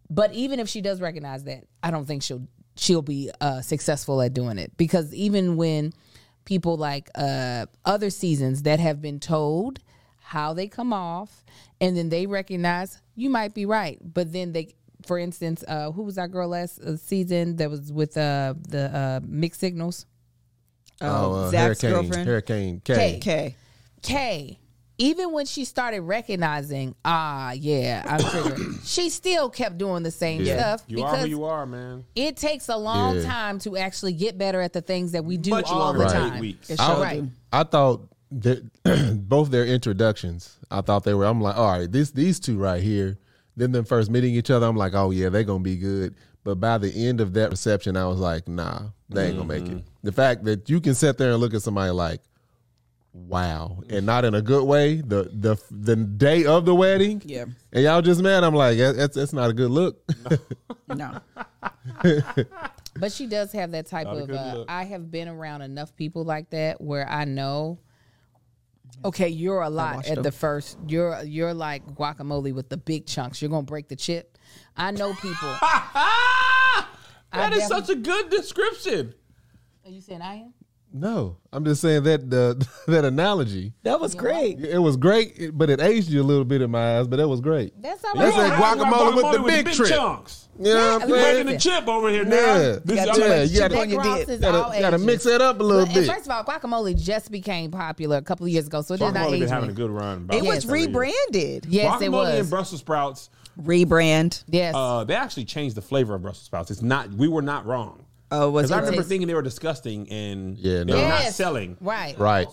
Speaker 1: But even if she does recognize that, I don't think she'll she'll be uh, successful at doing it because even when people like uh, other seasons that have been told how they come off, and then they recognize you might be right, but then they, for instance, uh, who was our girl last uh, season that was with uh, the uh, mixed signals?
Speaker 3: Oh, uh,
Speaker 4: Zach's
Speaker 3: Hurricane,
Speaker 4: girlfriend.
Speaker 3: Hurricane K.
Speaker 1: K.
Speaker 4: Okay.
Speaker 1: Kay, even when she started recognizing, ah, yeah, I'm triggered, she still kept doing the same stuff
Speaker 2: You are who you are, man.
Speaker 1: it takes a long
Speaker 3: Yeah.
Speaker 1: time to actually get better at the things that we do
Speaker 2: Much
Speaker 1: all
Speaker 2: longer
Speaker 1: the
Speaker 2: than
Speaker 1: time.
Speaker 2: eight weeks.
Speaker 4: It
Speaker 3: I,
Speaker 4: sure
Speaker 1: Right.
Speaker 4: do.
Speaker 3: I thought that both their introductions, I thought they were, I'm like, all right, this these two right here, then them first meeting each other, I'm like, oh yeah, they're going to be good. But by the end of that reception, I was like, nah, they ain't going to make it. The fact that you can sit there and look at somebody like, wow, and not in a good way, the the the day of the wedding,
Speaker 4: Yeah.
Speaker 3: and y'all just mad, I'm like, that- that's, that's not a good look.
Speaker 4: No.
Speaker 1: But she does have that type of.
Speaker 2: good
Speaker 1: Uh,
Speaker 2: look.
Speaker 1: I have been around enough people like that where I know. Okay, you're a lot at the first. You're you're like guacamole with the big chunks. You're gonna break the chip. I know people.
Speaker 2: That is
Speaker 1: definitely-
Speaker 2: such a good description.
Speaker 1: Are you saying I am?
Speaker 3: No, I'm just saying that the that analogy.
Speaker 4: That was great.
Speaker 3: It was great, but it aged you a little bit in my eyes. But that was great.
Speaker 1: That's all
Speaker 3: That's
Speaker 1: right.
Speaker 3: like guacamole with the big trip.
Speaker 2: chunks.
Speaker 3: You know what
Speaker 1: Yeah,
Speaker 3: I'm
Speaker 1: you
Speaker 2: Breaking
Speaker 3: saying?
Speaker 2: the chip over here now.
Speaker 3: Yeah,
Speaker 2: This,
Speaker 3: yeah,
Speaker 2: I'm like,
Speaker 3: yeah. You
Speaker 4: chip
Speaker 3: gotta,
Speaker 4: on your
Speaker 1: Cross
Speaker 4: dip.
Speaker 1: is all
Speaker 3: gotta, gotta
Speaker 1: ages.
Speaker 3: mix it up a little
Speaker 1: But- and
Speaker 3: bit.
Speaker 1: First of all, guacamole just became popular a couple of years ago, so it did not
Speaker 2: Guacamole
Speaker 1: age
Speaker 2: been having
Speaker 1: me.
Speaker 2: a good run. about
Speaker 4: It was
Speaker 2: three years.
Speaker 4: rebranded.
Speaker 1: Yes,
Speaker 2: guacamole
Speaker 1: it was.
Speaker 2: and uh, Brussels sprouts.
Speaker 4: Rebrand.
Speaker 1: yes,
Speaker 2: Uh, they actually changed the flavor of Brussels sprouts. It's not. We were not wrong.
Speaker 4: Oh, was
Speaker 2: Because I
Speaker 4: it?
Speaker 2: remember
Speaker 1: tastes-
Speaker 2: thinking they were disgusting and
Speaker 3: Yeah, no.
Speaker 2: they were not
Speaker 1: Yes.
Speaker 2: selling.
Speaker 1: Right.
Speaker 3: Right.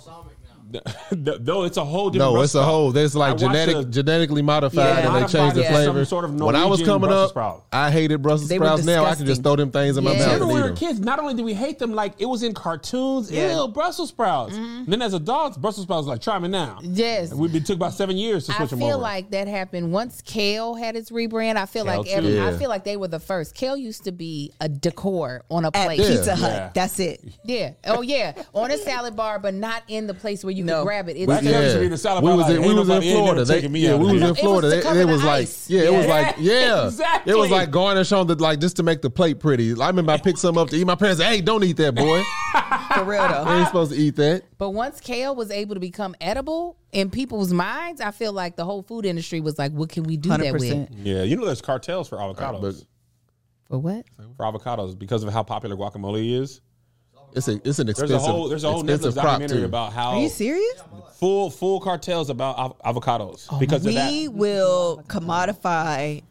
Speaker 2: Though it's a whole different.
Speaker 3: No, it's a
Speaker 2: Brussels
Speaker 3: whole. There's
Speaker 2: I
Speaker 3: like
Speaker 2: watched
Speaker 3: genetic,
Speaker 2: a-
Speaker 3: genetically modified, and
Speaker 4: Yeah.
Speaker 3: they change the
Speaker 2: Modified, yeah.
Speaker 3: flavor.
Speaker 2: some sort of
Speaker 3: when I was
Speaker 2: Norwegian
Speaker 3: coming
Speaker 2: Brussels
Speaker 3: up,
Speaker 2: sprout.
Speaker 3: I hated Brussels
Speaker 4: They were
Speaker 3: sprouts. Now I can just
Speaker 4: disgusting.
Speaker 3: throw them things in my
Speaker 4: Yeah.
Speaker 3: mouth
Speaker 2: Remember
Speaker 3: and
Speaker 2: when
Speaker 3: eat
Speaker 2: we were
Speaker 3: them.
Speaker 2: kids, not only did we hate them, like it was in cartoons.
Speaker 4: Yeah.
Speaker 2: Ew, Brussels sprouts. Then as adults, Brussels sprouts like try me now.
Speaker 1: Mm-hmm. Yes.
Speaker 2: And we it took about seven years to
Speaker 1: I
Speaker 2: switch them
Speaker 1: feel
Speaker 2: over.
Speaker 1: like that happened once Kale had his rebrand. I feel
Speaker 2: Kale
Speaker 1: like
Speaker 2: too.
Speaker 1: every, I
Speaker 3: Yeah.
Speaker 1: feel like they were the first. Kale used to be a decor on a
Speaker 4: At
Speaker 1: plate.
Speaker 4: Pizza
Speaker 3: Yeah.
Speaker 4: Hut.
Speaker 2: Yeah.
Speaker 4: That's it.
Speaker 1: Yeah. Oh yeah. On a salad bar, but not in the place where you
Speaker 4: No.
Speaker 1: can grab it. It's
Speaker 2: Black
Speaker 1: just-
Speaker 2: Kale used to be the salad
Speaker 3: we
Speaker 2: bar,
Speaker 3: was
Speaker 2: like,
Speaker 3: in, we
Speaker 2: ain't
Speaker 3: was in
Speaker 2: nobody- ain't never
Speaker 3: Florida. They,
Speaker 2: taking me
Speaker 3: yeah,
Speaker 2: out
Speaker 3: we
Speaker 2: of
Speaker 3: was
Speaker 2: here.
Speaker 3: in
Speaker 1: was
Speaker 3: Florida.
Speaker 1: to
Speaker 3: They-
Speaker 1: cover
Speaker 3: it
Speaker 1: the
Speaker 3: was like,
Speaker 1: ice.
Speaker 3: yeah, it was
Speaker 2: Yeah.
Speaker 3: like, yeah,
Speaker 2: Exactly.
Speaker 3: it was like garnish on the like just to make the plate pretty. I remember I picked some up to eat. My parents, said, hey, don't eat that, boy.
Speaker 4: For real
Speaker 3: you
Speaker 4: though.
Speaker 3: ain't supposed to eat that.
Speaker 1: But once kale was able to become edible in people's minds, I feel like the whole food industry was like, "What can we do that with?"
Speaker 4: 100%.
Speaker 2: Yeah, you know there's cartels for avocados.
Speaker 3: but-
Speaker 1: For what?
Speaker 2: for avocados because of how popular guacamole is.
Speaker 3: It's a, it's an
Speaker 2: There's
Speaker 3: expensive.
Speaker 2: a whole there's a whole Netflix
Speaker 3: expensive crop
Speaker 2: documentary
Speaker 3: too.
Speaker 2: about how
Speaker 4: Are you serious?
Speaker 2: full full cartels about av- avocados
Speaker 3: Oh,
Speaker 2: because of that.
Speaker 4: We will commodify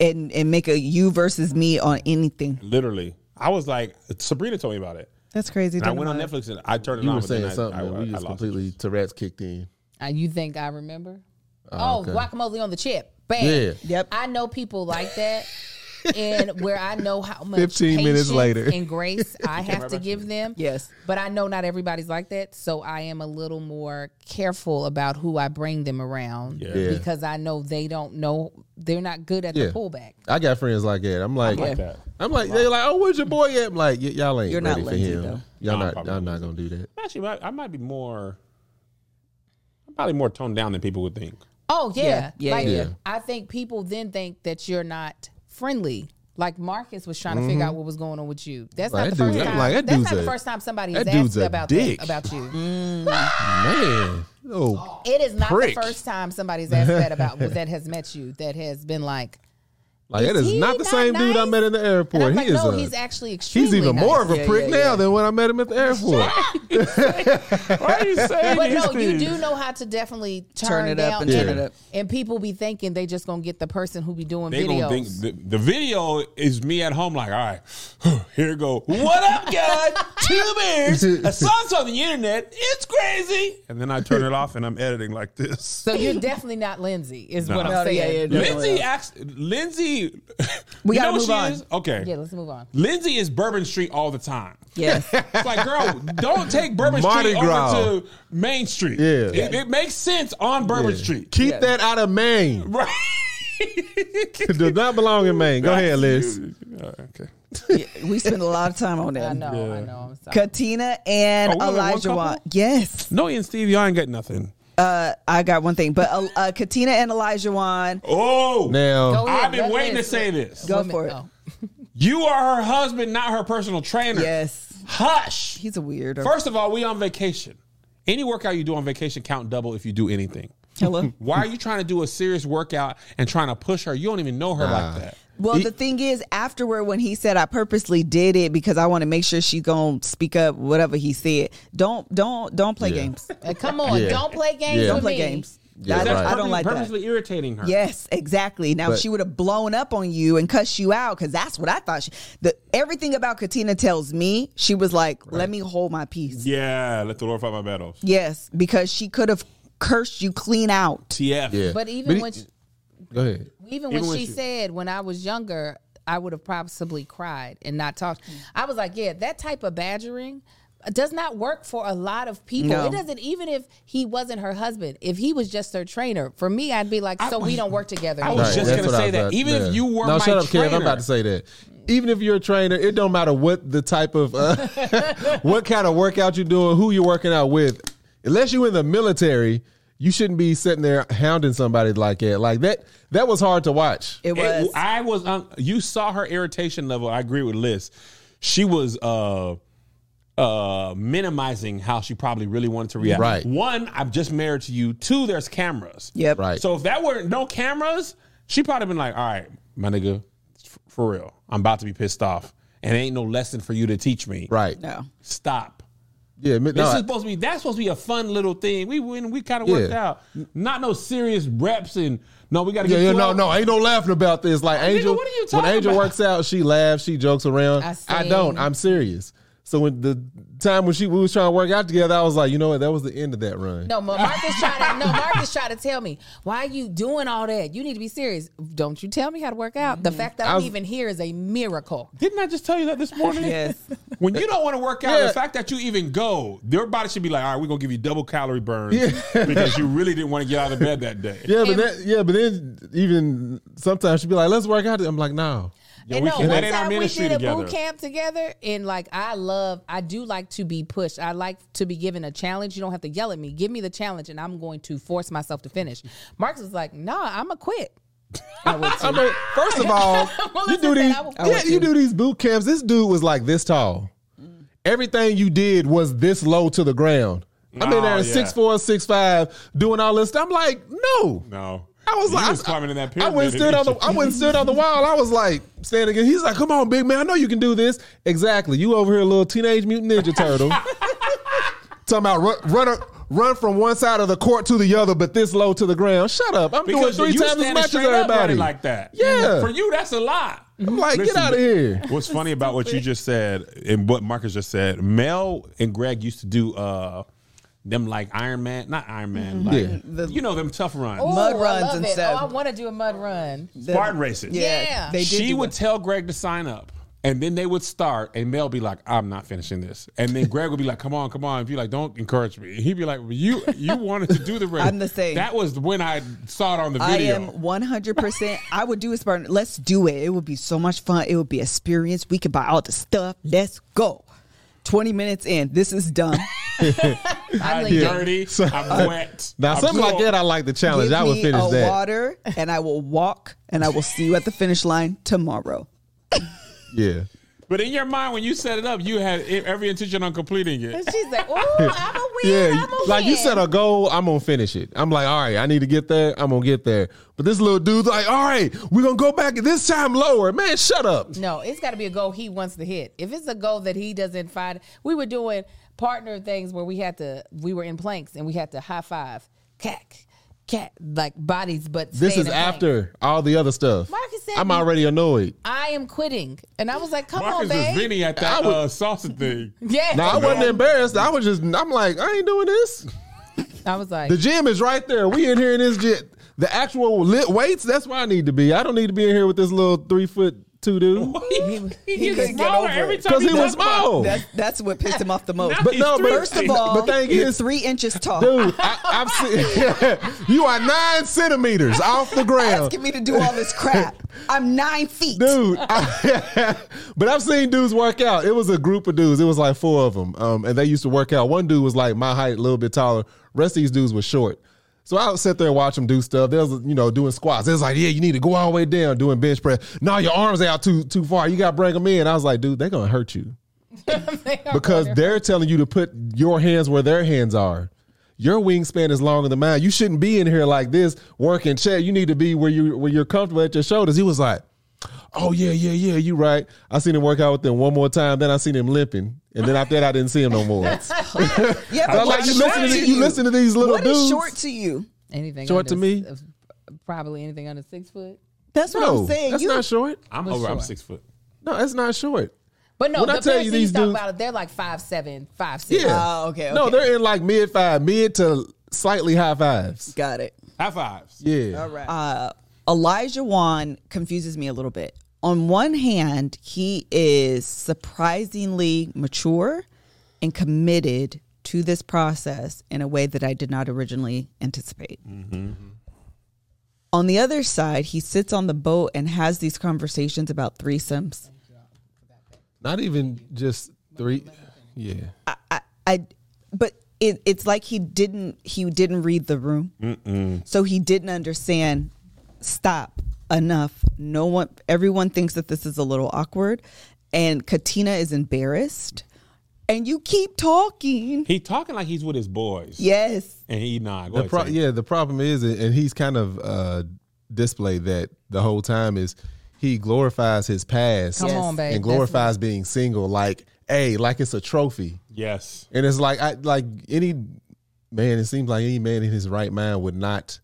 Speaker 4: and and make a you versus me on anything.
Speaker 2: Literally, I was like Sabrina told me about it.
Speaker 4: That's crazy.
Speaker 2: And I
Speaker 4: Don't
Speaker 2: went on
Speaker 4: know.
Speaker 2: Netflix and I turned it
Speaker 3: You
Speaker 2: on.
Speaker 3: were
Speaker 2: but then
Speaker 3: saying
Speaker 2: I-
Speaker 3: something.
Speaker 2: I,
Speaker 3: and
Speaker 2: I
Speaker 3: we just
Speaker 2: lost it.
Speaker 3: completely Tourette's kicked in.
Speaker 1: Uh, you think I remember? Oh,
Speaker 3: okay.
Speaker 1: guacamole on the chip. Bam.
Speaker 3: Yeah.
Speaker 4: Yep.
Speaker 1: I know people like that. and where I know how much
Speaker 3: 15 minutes
Speaker 1: patience
Speaker 3: later.
Speaker 1: and grace I have to give them.
Speaker 4: Yes.
Speaker 1: But I know not everybody's like that. So I am a little more careful about who I bring them around
Speaker 2: Yeah.
Speaker 3: Yeah.
Speaker 1: because I know they don't know, they're not good at
Speaker 3: Yeah.
Speaker 1: the pullback.
Speaker 3: I got friends like that. I'm like,
Speaker 4: like
Speaker 2: that.
Speaker 3: I'm like, they're like, oh, where's your boy at? I'm like, y- y'all ain't
Speaker 4: You're not
Speaker 3: ready for
Speaker 4: Lindsay,
Speaker 3: him.
Speaker 4: though.
Speaker 2: No,
Speaker 3: Y'all
Speaker 2: I'm
Speaker 3: not,
Speaker 2: probably
Speaker 3: y'all not gonna do that.
Speaker 2: Actually, I, I might be more. I'm probably more toned down than people would think.
Speaker 1: Oh yeah,
Speaker 4: Yeah,
Speaker 1: Like,
Speaker 4: yeah, yeah.
Speaker 1: I think people then think that you're not friendly. Like Marcus was trying to figure out what was going on with you. That's
Speaker 3: Like,
Speaker 1: not the
Speaker 3: Mm-hmm. that dude-
Speaker 1: first
Speaker 3: I'm
Speaker 1: time.
Speaker 3: like, that
Speaker 1: that's
Speaker 3: dude's
Speaker 1: not the
Speaker 3: a-
Speaker 1: first time somebody has
Speaker 3: that dude's
Speaker 1: asked
Speaker 3: a
Speaker 1: about
Speaker 3: dick.
Speaker 1: that
Speaker 3: Mm-hmm.
Speaker 1: about you.
Speaker 3: Man, oh,
Speaker 1: It is not
Speaker 3: Prick.
Speaker 1: the first time somebody's asked that about that has met you that has been like.
Speaker 3: like that
Speaker 1: Is
Speaker 3: is
Speaker 1: he
Speaker 3: not the
Speaker 1: not
Speaker 3: same dude I
Speaker 1: nice?
Speaker 3: met in the
Speaker 1: And
Speaker 3: airport.
Speaker 1: I'm
Speaker 3: He
Speaker 1: like,
Speaker 3: is
Speaker 1: no,
Speaker 3: a,
Speaker 1: he's actually extremely.
Speaker 3: he's even
Speaker 1: nice.
Speaker 3: more of a
Speaker 4: Yeah,
Speaker 3: prick
Speaker 4: yeah,
Speaker 3: now
Speaker 4: yeah.
Speaker 3: than when I met him at the airport.
Speaker 2: Why are you saying
Speaker 1: But no, you do know how to definitely turn,
Speaker 4: Turn it up
Speaker 1: down
Speaker 4: and
Speaker 3: turn
Speaker 1: and-
Speaker 4: it up.
Speaker 1: And people be thinking they just gonna get the person who be doing
Speaker 2: They
Speaker 1: videos.
Speaker 2: gonna think the, the video is me at home. Like, all right, here go. What up, guys? Two beers. I saw this on the internet. It's crazy. And then I turn it off, and I'm editing like this.
Speaker 1: so you're definitely not Lindsay, is what
Speaker 2: No.
Speaker 1: I'm
Speaker 4: No, yeah,
Speaker 1: saying.
Speaker 4: yeah,
Speaker 2: Lindsay acts. Lindsay,
Speaker 4: We
Speaker 2: you
Speaker 4: gotta
Speaker 2: know what
Speaker 4: move
Speaker 2: she
Speaker 4: on.
Speaker 2: is? Okay.
Speaker 1: yeah, let's move on.
Speaker 2: Lindsay is Bourbon Street all the time.
Speaker 4: Yes.
Speaker 2: It's like, girl, don't take Bourbon
Speaker 3: Mardi
Speaker 2: Street
Speaker 3: Gras.
Speaker 2: over to Main Street.
Speaker 3: Yeah.
Speaker 2: It, it makes sense on Bourbon Street.
Speaker 3: Keep
Speaker 4: Yeah.
Speaker 3: that out of Maine.
Speaker 2: Right.
Speaker 3: Does not belong in Maine. Go ahead, Liz.
Speaker 2: okay.
Speaker 4: we spend a lot of time on
Speaker 1: I
Speaker 4: that.
Speaker 1: know, I know. I'm sorry.
Speaker 4: Katina and
Speaker 2: Oh, we only one
Speaker 4: Elijah Wan.
Speaker 2: couple?
Speaker 4: Yes.
Speaker 2: No, and Steve, y'all ain't got nothing.
Speaker 4: Uh, I got one thing, but uh, uh, Katina and Elijah Wan.
Speaker 2: Oh,
Speaker 1: Go
Speaker 3: Now,
Speaker 1: ahead,
Speaker 2: I've been
Speaker 1: go
Speaker 2: waiting
Speaker 1: ahead.
Speaker 2: to say this.
Speaker 4: Go
Speaker 1: Women-
Speaker 4: for it.
Speaker 1: oh.
Speaker 2: You are her husband, not her personal trainer.
Speaker 4: Yes.
Speaker 2: Hush.
Speaker 4: He's a weirdo.
Speaker 2: First of all, we on vacation. Any workout you do on vacation count double if you do anything.
Speaker 4: Hello.
Speaker 2: Why are you trying to do a serious workout and trying to push her? You don't even know her like that.
Speaker 4: Well, the thing is, afterward, when he said, "I purposely did it because I want to make sure she gonna speak up," whatever he said, don't, don't, don't play games.
Speaker 1: Uh, Come on,
Speaker 3: Yeah.
Speaker 1: don't play games.
Speaker 3: Yeah.
Speaker 1: with
Speaker 4: Don't play
Speaker 1: me.
Speaker 4: games.
Speaker 3: Yeah,
Speaker 4: I, don't-
Speaker 3: right.
Speaker 4: I don't
Speaker 2: Purposely-
Speaker 4: like that.
Speaker 2: purposely irritating her.
Speaker 4: Yes, exactly. Now
Speaker 3: But-
Speaker 4: she would have blown up on you and cussed you out because that's what I thought. She, the everything about Katina tells me she was like, "Let me hold my peace."
Speaker 2: Yeah, let the Lord fight my battles.
Speaker 4: Yes, because she could have cursed you clean out.
Speaker 2: TF.
Speaker 3: yeah.
Speaker 1: But even
Speaker 3: he-
Speaker 1: when she-
Speaker 3: go ahead.
Speaker 1: Even,
Speaker 2: Even
Speaker 1: when
Speaker 2: when
Speaker 1: she
Speaker 2: she-
Speaker 1: said, when I was younger, I would have possibly cried and not talked.
Speaker 4: Mm.
Speaker 1: I was like, yeah, that type of badgering does not work for a lot of people.
Speaker 4: No.
Speaker 1: It doesn't, even if he wasn't her husband, if he was just her trainer, for me, I'd be like, so we don't work together.
Speaker 2: I
Speaker 1: anymore."
Speaker 2: was just
Speaker 3: that's
Speaker 2: gonna
Speaker 3: what I
Speaker 2: say
Speaker 3: was
Speaker 2: that.
Speaker 3: about-
Speaker 2: Even if you were
Speaker 3: no,
Speaker 2: my
Speaker 3: shut up, Kid. I'm
Speaker 2: trainer.
Speaker 3: about to say that. Even if you're a trainer, it don't matter what the type of uh, what kind of workout you're doing, who you're working out with. Unless you're in the military, you shouldn't be sitting there hounding somebody like that. Like that. That was hard to watch.
Speaker 4: It was.
Speaker 2: It- I was. Um, you saw her irritation level. I agree with Liz. She was uh, uh, minimizing how she probably really wanted to react.
Speaker 3: Right.
Speaker 2: One, I'm just married to you. Two, there's cameras.
Speaker 4: Yep.
Speaker 3: Right.
Speaker 2: So if that weren't no cameras, she probably been like, "All right, my nigga, f- for real, I'm about to be pissed off, and ain't no lesson for you to teach me.
Speaker 3: Right.
Speaker 4: No.
Speaker 2: Stop.
Speaker 3: Yeah, mi-
Speaker 2: This
Speaker 3: no,
Speaker 2: is
Speaker 3: I-
Speaker 2: supposed to be that's supposed to be a fun little thing. We win, we kind of worked
Speaker 3: Yeah.
Speaker 2: out. Not no serious reps and no, we got to
Speaker 3: yeah,
Speaker 2: get
Speaker 3: yeah,
Speaker 2: you
Speaker 3: no,
Speaker 2: out.
Speaker 3: no, ain't no laughing about this. Like Angel,
Speaker 2: what are you
Speaker 3: when
Speaker 2: talking
Speaker 3: Angel
Speaker 2: about?
Speaker 3: works out, she laughs, she jokes around.
Speaker 1: I
Speaker 3: I,
Speaker 1: sing.
Speaker 3: don't. I'm serious. So when the time when she we was trying to work out together, I was like, you know what? That was the end of that run.
Speaker 1: No, Ma- Marcus trying to no Marcus trying to tell me why are you doing all that. You need to be serious. Don't you tell me how to work out.
Speaker 4: Mm-hmm.
Speaker 1: The fact that I'm
Speaker 3: I've-
Speaker 1: even here is a miracle.
Speaker 2: Didn't I just tell you that this morning?
Speaker 4: Yes.
Speaker 2: When you don't want to work out,
Speaker 3: Yeah.
Speaker 2: the fact that you even go, your body should be like, all right, we're gonna give you double calorie burn because you really didn't want to get out of bed that day.
Speaker 3: Yeah, but
Speaker 1: And-
Speaker 3: that, yeah, but then even sometimes she'd be like, "Let's work out." I'm like, "No."
Speaker 1: and
Speaker 2: we
Speaker 1: no,
Speaker 2: can-
Speaker 1: one
Speaker 2: that ain't our
Speaker 1: time we
Speaker 2: ministry
Speaker 1: did a
Speaker 2: together.
Speaker 1: boot camp together, and like I love, I do like to be pushed. I like to be given a challenge. You don't have to yell at me. Give me the challenge, and I'm going to force myself to finish. Marcus was like, "Nah, I'm a quit."
Speaker 3: I mean, first of all,
Speaker 1: Melissa
Speaker 3: you do
Speaker 1: said
Speaker 3: these,
Speaker 1: I would- I
Speaker 3: yeah, you do these boot camps. This dude was like this tall.
Speaker 1: Mm.
Speaker 3: Everything you did was this low to the ground. I'm in
Speaker 2: Oh,
Speaker 3: there
Speaker 2: yeah.
Speaker 3: at six four, six five, doing all this. stuff. I'm like, no.
Speaker 2: No.
Speaker 3: I was
Speaker 2: You
Speaker 3: like,
Speaker 2: was
Speaker 3: I,
Speaker 2: climbing in that
Speaker 3: I
Speaker 2: pyramid.
Speaker 3: went stood on the, I went stood on the wall. I was like standing. Again. He's like, "Come on, big man, I know you can do this." Exactly. You over here, little teenage mutant ninja turtle, talking about run, run, a- run from one side of the court to the other, but this low to the ground. Shut up! I'm
Speaker 2: because
Speaker 3: doing
Speaker 2: you
Speaker 3: three times as
Speaker 2: standing
Speaker 3: much as
Speaker 2: straight up
Speaker 3: everybody.
Speaker 2: running like that.
Speaker 3: Yeah.
Speaker 2: For you, that's a lot.
Speaker 3: I'm like, get
Speaker 2: Listen,
Speaker 3: out of here.
Speaker 2: What's funny about what you just said and what Marcus just said, Mel and Greg used to do uh them like Iron Man, not Iron Man, like
Speaker 3: Mm-hmm.
Speaker 4: Yeah.
Speaker 2: you know them tough runs,
Speaker 3: Oh.
Speaker 1: Ooh,
Speaker 4: Mud
Speaker 1: I
Speaker 4: runs
Speaker 1: love
Speaker 4: and
Speaker 1: it.
Speaker 4: stuff.
Speaker 1: Oh, I want to do a mud run.
Speaker 2: Spartan races.
Speaker 4: Yeah,
Speaker 1: Yeah.
Speaker 4: they did.
Speaker 2: she
Speaker 4: do
Speaker 2: would
Speaker 4: it.
Speaker 2: tell Greg to sign up. And then they would start, and Mel be like, "I'm not finishing this." And then Greg would be like, "Come on, come on!" If you like, don't encourage me. And he'd be like, well, "You, you wanted to do the race."
Speaker 4: I'm the same.
Speaker 2: That was when I saw it on the
Speaker 4: I
Speaker 2: video.
Speaker 4: am 100%. I would do it, Spartan. Let's do it. It would be so much fun. It would be experience. We could buy all the stuff. Let's go. 20 minutes in. This is dumb.
Speaker 2: I'm
Speaker 1: leaving.
Speaker 2: dirty. I'm wet.
Speaker 3: Now,
Speaker 2: I'm
Speaker 3: something like
Speaker 2: sore.
Speaker 3: that, I like the challenge.
Speaker 4: Give
Speaker 3: I would
Speaker 4: me
Speaker 3: finish
Speaker 4: a
Speaker 3: that.
Speaker 4: water, and I will walk, and I will see you at the finish line tomorrow.
Speaker 3: Yeah.
Speaker 2: But in your mind, when you set it up, you had e- every intention on completing it.
Speaker 1: And she's like, "Ooh, I'm a win.
Speaker 3: Yeah,
Speaker 1: I'm a
Speaker 3: like you
Speaker 1: win."
Speaker 3: set a goal, I'm gonna finish it. I'm like, all right, I need to get there. I'm gonna get there. But this little dude's like, all right, we're gonna go back this time lower. Man, shut up.
Speaker 1: No, it's got to be a goal he wants to hit. If it's a goal that he doesn't find, we were doing partner things where we had to, we were in planks and we had to high five, cack, cat, like bodies, but
Speaker 3: This
Speaker 1: stay in
Speaker 3: is
Speaker 1: a plank.
Speaker 3: after all the other stuff.
Speaker 1: Marcus said
Speaker 3: I'm
Speaker 1: we-
Speaker 3: already annoyed.
Speaker 1: I am quitting, and I was like, "Come
Speaker 2: Marcus
Speaker 1: on, babe."
Speaker 2: was Vinny at that
Speaker 3: I would-
Speaker 2: uh, sausage thing.
Speaker 1: yeah,
Speaker 3: Now I wasn't
Speaker 2: Man.
Speaker 3: embarrassed. I was just I'm like, I ain't doing this.
Speaker 1: I was like,
Speaker 3: The gym is right there. We in here in this gym. The actual lit weights, that's where I need to be. I don't need to be in here with this little three foot two dude.
Speaker 2: he, he, gets
Speaker 4: couldn't get
Speaker 2: smaller
Speaker 4: over it.
Speaker 2: every time.
Speaker 3: Because he
Speaker 2: does
Speaker 3: was
Speaker 2: something.
Speaker 3: small.
Speaker 4: That's, that's what pissed him off the most.
Speaker 2: Now
Speaker 3: Oh. But
Speaker 2: he's
Speaker 3: no, but-
Speaker 2: three
Speaker 4: First of
Speaker 2: feet.
Speaker 4: all,
Speaker 3: But thing
Speaker 4: you're
Speaker 3: is-
Speaker 4: three inches tall.
Speaker 3: Dude, I, I've seen you are nine centimeters off the ground.
Speaker 4: Asking me to do all this crap. I'm nine feet.
Speaker 3: dude. I- but I've seen dudes work out. It was a group of dudes. It was like four of them, um, and they used to work out. One dude was like my height, a little bit taller. Rest of these dudes were short. So I would sit there and watch them do stuff. They was, you know, doing squats. It was like, yeah, you need to go all the way down doing bench press. No, your arms out too too far. You got to bring them in. I was like, dude, they're gonna hurt you
Speaker 1: they are
Speaker 3: because
Speaker 1: wonderful.
Speaker 3: they're telling you to put your hands where their hands are. Your wingspan is longer than mine. You shouldn't be in here like this working chair. You need to be where you where you're comfortable at your shoulders. He was like, "Oh yeah, yeah, yeah, you right." I seen him work out with them one more time. Then I seen him limping, and then after that, I didn't see him no more.
Speaker 4: Yeah,
Speaker 3: I like you listen to these- you listen to these little
Speaker 4: What is
Speaker 3: dudes.
Speaker 4: short to you?
Speaker 1: anything
Speaker 3: short to
Speaker 1: under-
Speaker 3: me.
Speaker 1: uh, probably anything under six foot.
Speaker 4: That's what
Speaker 3: no,
Speaker 4: I'm saying.
Speaker 3: that's
Speaker 4: you,
Speaker 3: not short.
Speaker 2: I'm over. I'm
Speaker 1: short.
Speaker 2: six foot.
Speaker 3: No, that's not short.
Speaker 1: But no,
Speaker 3: When I
Speaker 1: the
Speaker 3: tell you
Speaker 1: Pharisees
Speaker 3: these
Speaker 1: talk
Speaker 3: dudes-
Speaker 1: about it. They're like five seven, five six.
Speaker 3: Yeah.
Speaker 4: Oh, okay,
Speaker 3: No,
Speaker 4: okay.
Speaker 3: they're in like mid five, mid to slightly high fives.
Speaker 4: Got it.
Speaker 2: High fives.
Speaker 3: Yeah.
Speaker 4: All right. Uh, Elijah Wan confuses me a little bit. On one hand, he is surprisingly mature and committed to this process in a way that I did not originally anticipate. On the other side, he sits on the boat and has these conversations about threesomes.
Speaker 3: Not even just three. Yeah.
Speaker 4: I, I, I but it, it's like he didn't he didn't read the room, so he didn't understand. Stop enough. No one, everyone thinks that this is a little awkward, and Katina is embarrassed, and you keep talking.
Speaker 2: He talking like he's with his boys.
Speaker 4: Yes,
Speaker 2: And he nah. Go
Speaker 3: The
Speaker 2: ahead,
Speaker 3: pro-
Speaker 2: Tay.
Speaker 3: yeah, the problem is, and he's kind of uh, displayed that the whole time is he glorifies his past
Speaker 1: Come on, babe.
Speaker 3: and glorifies being single, like hey, like it's a trophy.
Speaker 2: Yes.
Speaker 3: And it's like I like any man, it seems like any man in his right mind would not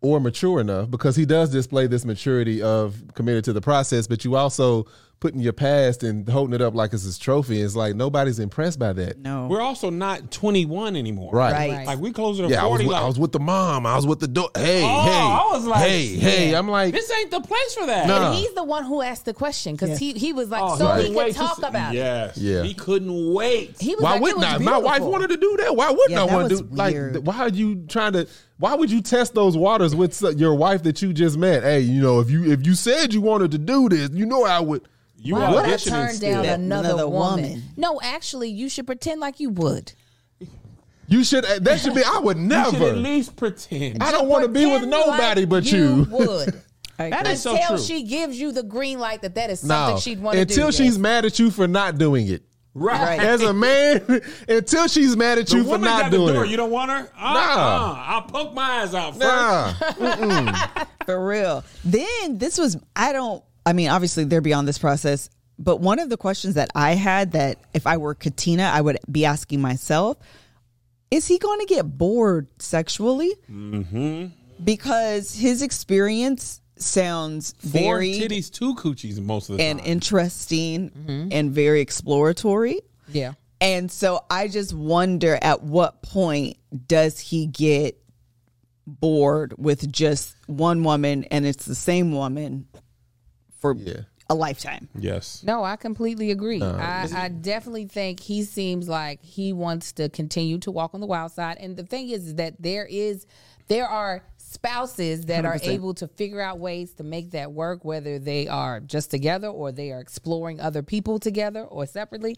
Speaker 3: or mature enough because he does display this maturity of committed to the process, but you also putting your past and holding it up like it's his trophy. It's like nobody's impressed by that.
Speaker 4: No.
Speaker 2: We're also not 21 anymore.
Speaker 3: Right.
Speaker 4: Right.
Speaker 2: Like we closing to
Speaker 3: Yeah, I was,
Speaker 2: 40.
Speaker 3: with,
Speaker 2: like,
Speaker 3: I was with the mom. I was with the door. Hey,
Speaker 2: oh,
Speaker 3: hey.
Speaker 2: I was like,
Speaker 3: hey, hey.
Speaker 2: yeah,
Speaker 3: I'm like,
Speaker 2: this ain't the place for that.
Speaker 3: No.
Speaker 1: But
Speaker 3: Uh.
Speaker 1: he's the one who asked the question because
Speaker 4: Yeah.
Speaker 1: he, he was like,
Speaker 2: Oh,
Speaker 1: so
Speaker 2: couldn't
Speaker 1: he
Speaker 2: wait
Speaker 1: could
Speaker 2: to
Speaker 1: talk
Speaker 2: see-
Speaker 1: about it.
Speaker 2: Yes.
Speaker 3: Yeah.
Speaker 2: He couldn't wait.
Speaker 1: He was
Speaker 3: why
Speaker 1: like,
Speaker 3: wouldn't
Speaker 1: it was
Speaker 3: I? My wife
Speaker 1: beautiful.
Speaker 3: wanted to do that. Why wouldn't
Speaker 4: Yeah,
Speaker 3: I
Speaker 4: that
Speaker 3: want to
Speaker 4: was
Speaker 3: do like?
Speaker 4: weird.
Speaker 3: th- Why are you trying to? Why would you test those waters with so- your wife that you just met? Hey, you know, if you if you said you wanted to do this, you know I would.
Speaker 2: You
Speaker 1: Why would I
Speaker 2: auditioning
Speaker 1: turn
Speaker 2: still.
Speaker 1: down
Speaker 4: That-
Speaker 1: another,
Speaker 4: another
Speaker 1: woman?
Speaker 4: woman.
Speaker 1: No, actually, you should pretend like you would.
Speaker 3: You should. uh, That should be. I would
Speaker 2: You should at
Speaker 3: never.
Speaker 2: least pretend.
Speaker 3: I don't want to be with
Speaker 1: Pretend
Speaker 3: nobody
Speaker 1: like
Speaker 3: but
Speaker 1: you.
Speaker 3: you.
Speaker 1: would.
Speaker 4: I
Speaker 2: That
Speaker 4: agree.
Speaker 2: is so
Speaker 1: Until
Speaker 2: true.
Speaker 1: she gives you the green light that that is something
Speaker 3: No,
Speaker 1: she'd want to do.
Speaker 3: until she's
Speaker 1: yes.
Speaker 3: mad at you for not doing it.
Speaker 2: right.
Speaker 4: Right.
Speaker 3: As a man, until she's mad at
Speaker 2: The
Speaker 3: you for
Speaker 2: woman's
Speaker 3: not
Speaker 2: at the
Speaker 3: doing
Speaker 2: door.
Speaker 3: it.
Speaker 2: You don't want her? Uh,
Speaker 3: Nah.
Speaker 2: uh, I'll poke my eyes out first.
Speaker 3: nah.
Speaker 4: For real. Then this was I don't I mean obviously they're beyond this process, but one of the questions that I had that if I were Katina I would be asking myself is he going to get bored sexually? Mm-hmm. Because his experience sounds
Speaker 2: Four
Speaker 4: very
Speaker 2: titties, two coochies most of the
Speaker 4: and
Speaker 2: time.
Speaker 4: interesting and very exploratory.
Speaker 1: yeah.
Speaker 4: And so I just wonder at what point does he get bored with just one woman and it's the same woman for
Speaker 3: Yeah.
Speaker 4: a lifetime?
Speaker 2: Yes.
Speaker 1: No, I completely agree. I, I definitely think he seems like he wants to continue to walk on the wild side. And the thing is, is that there is there are spouses that are able to figure out ways to make that work, whether they are just together or they are exploring other people together or separately.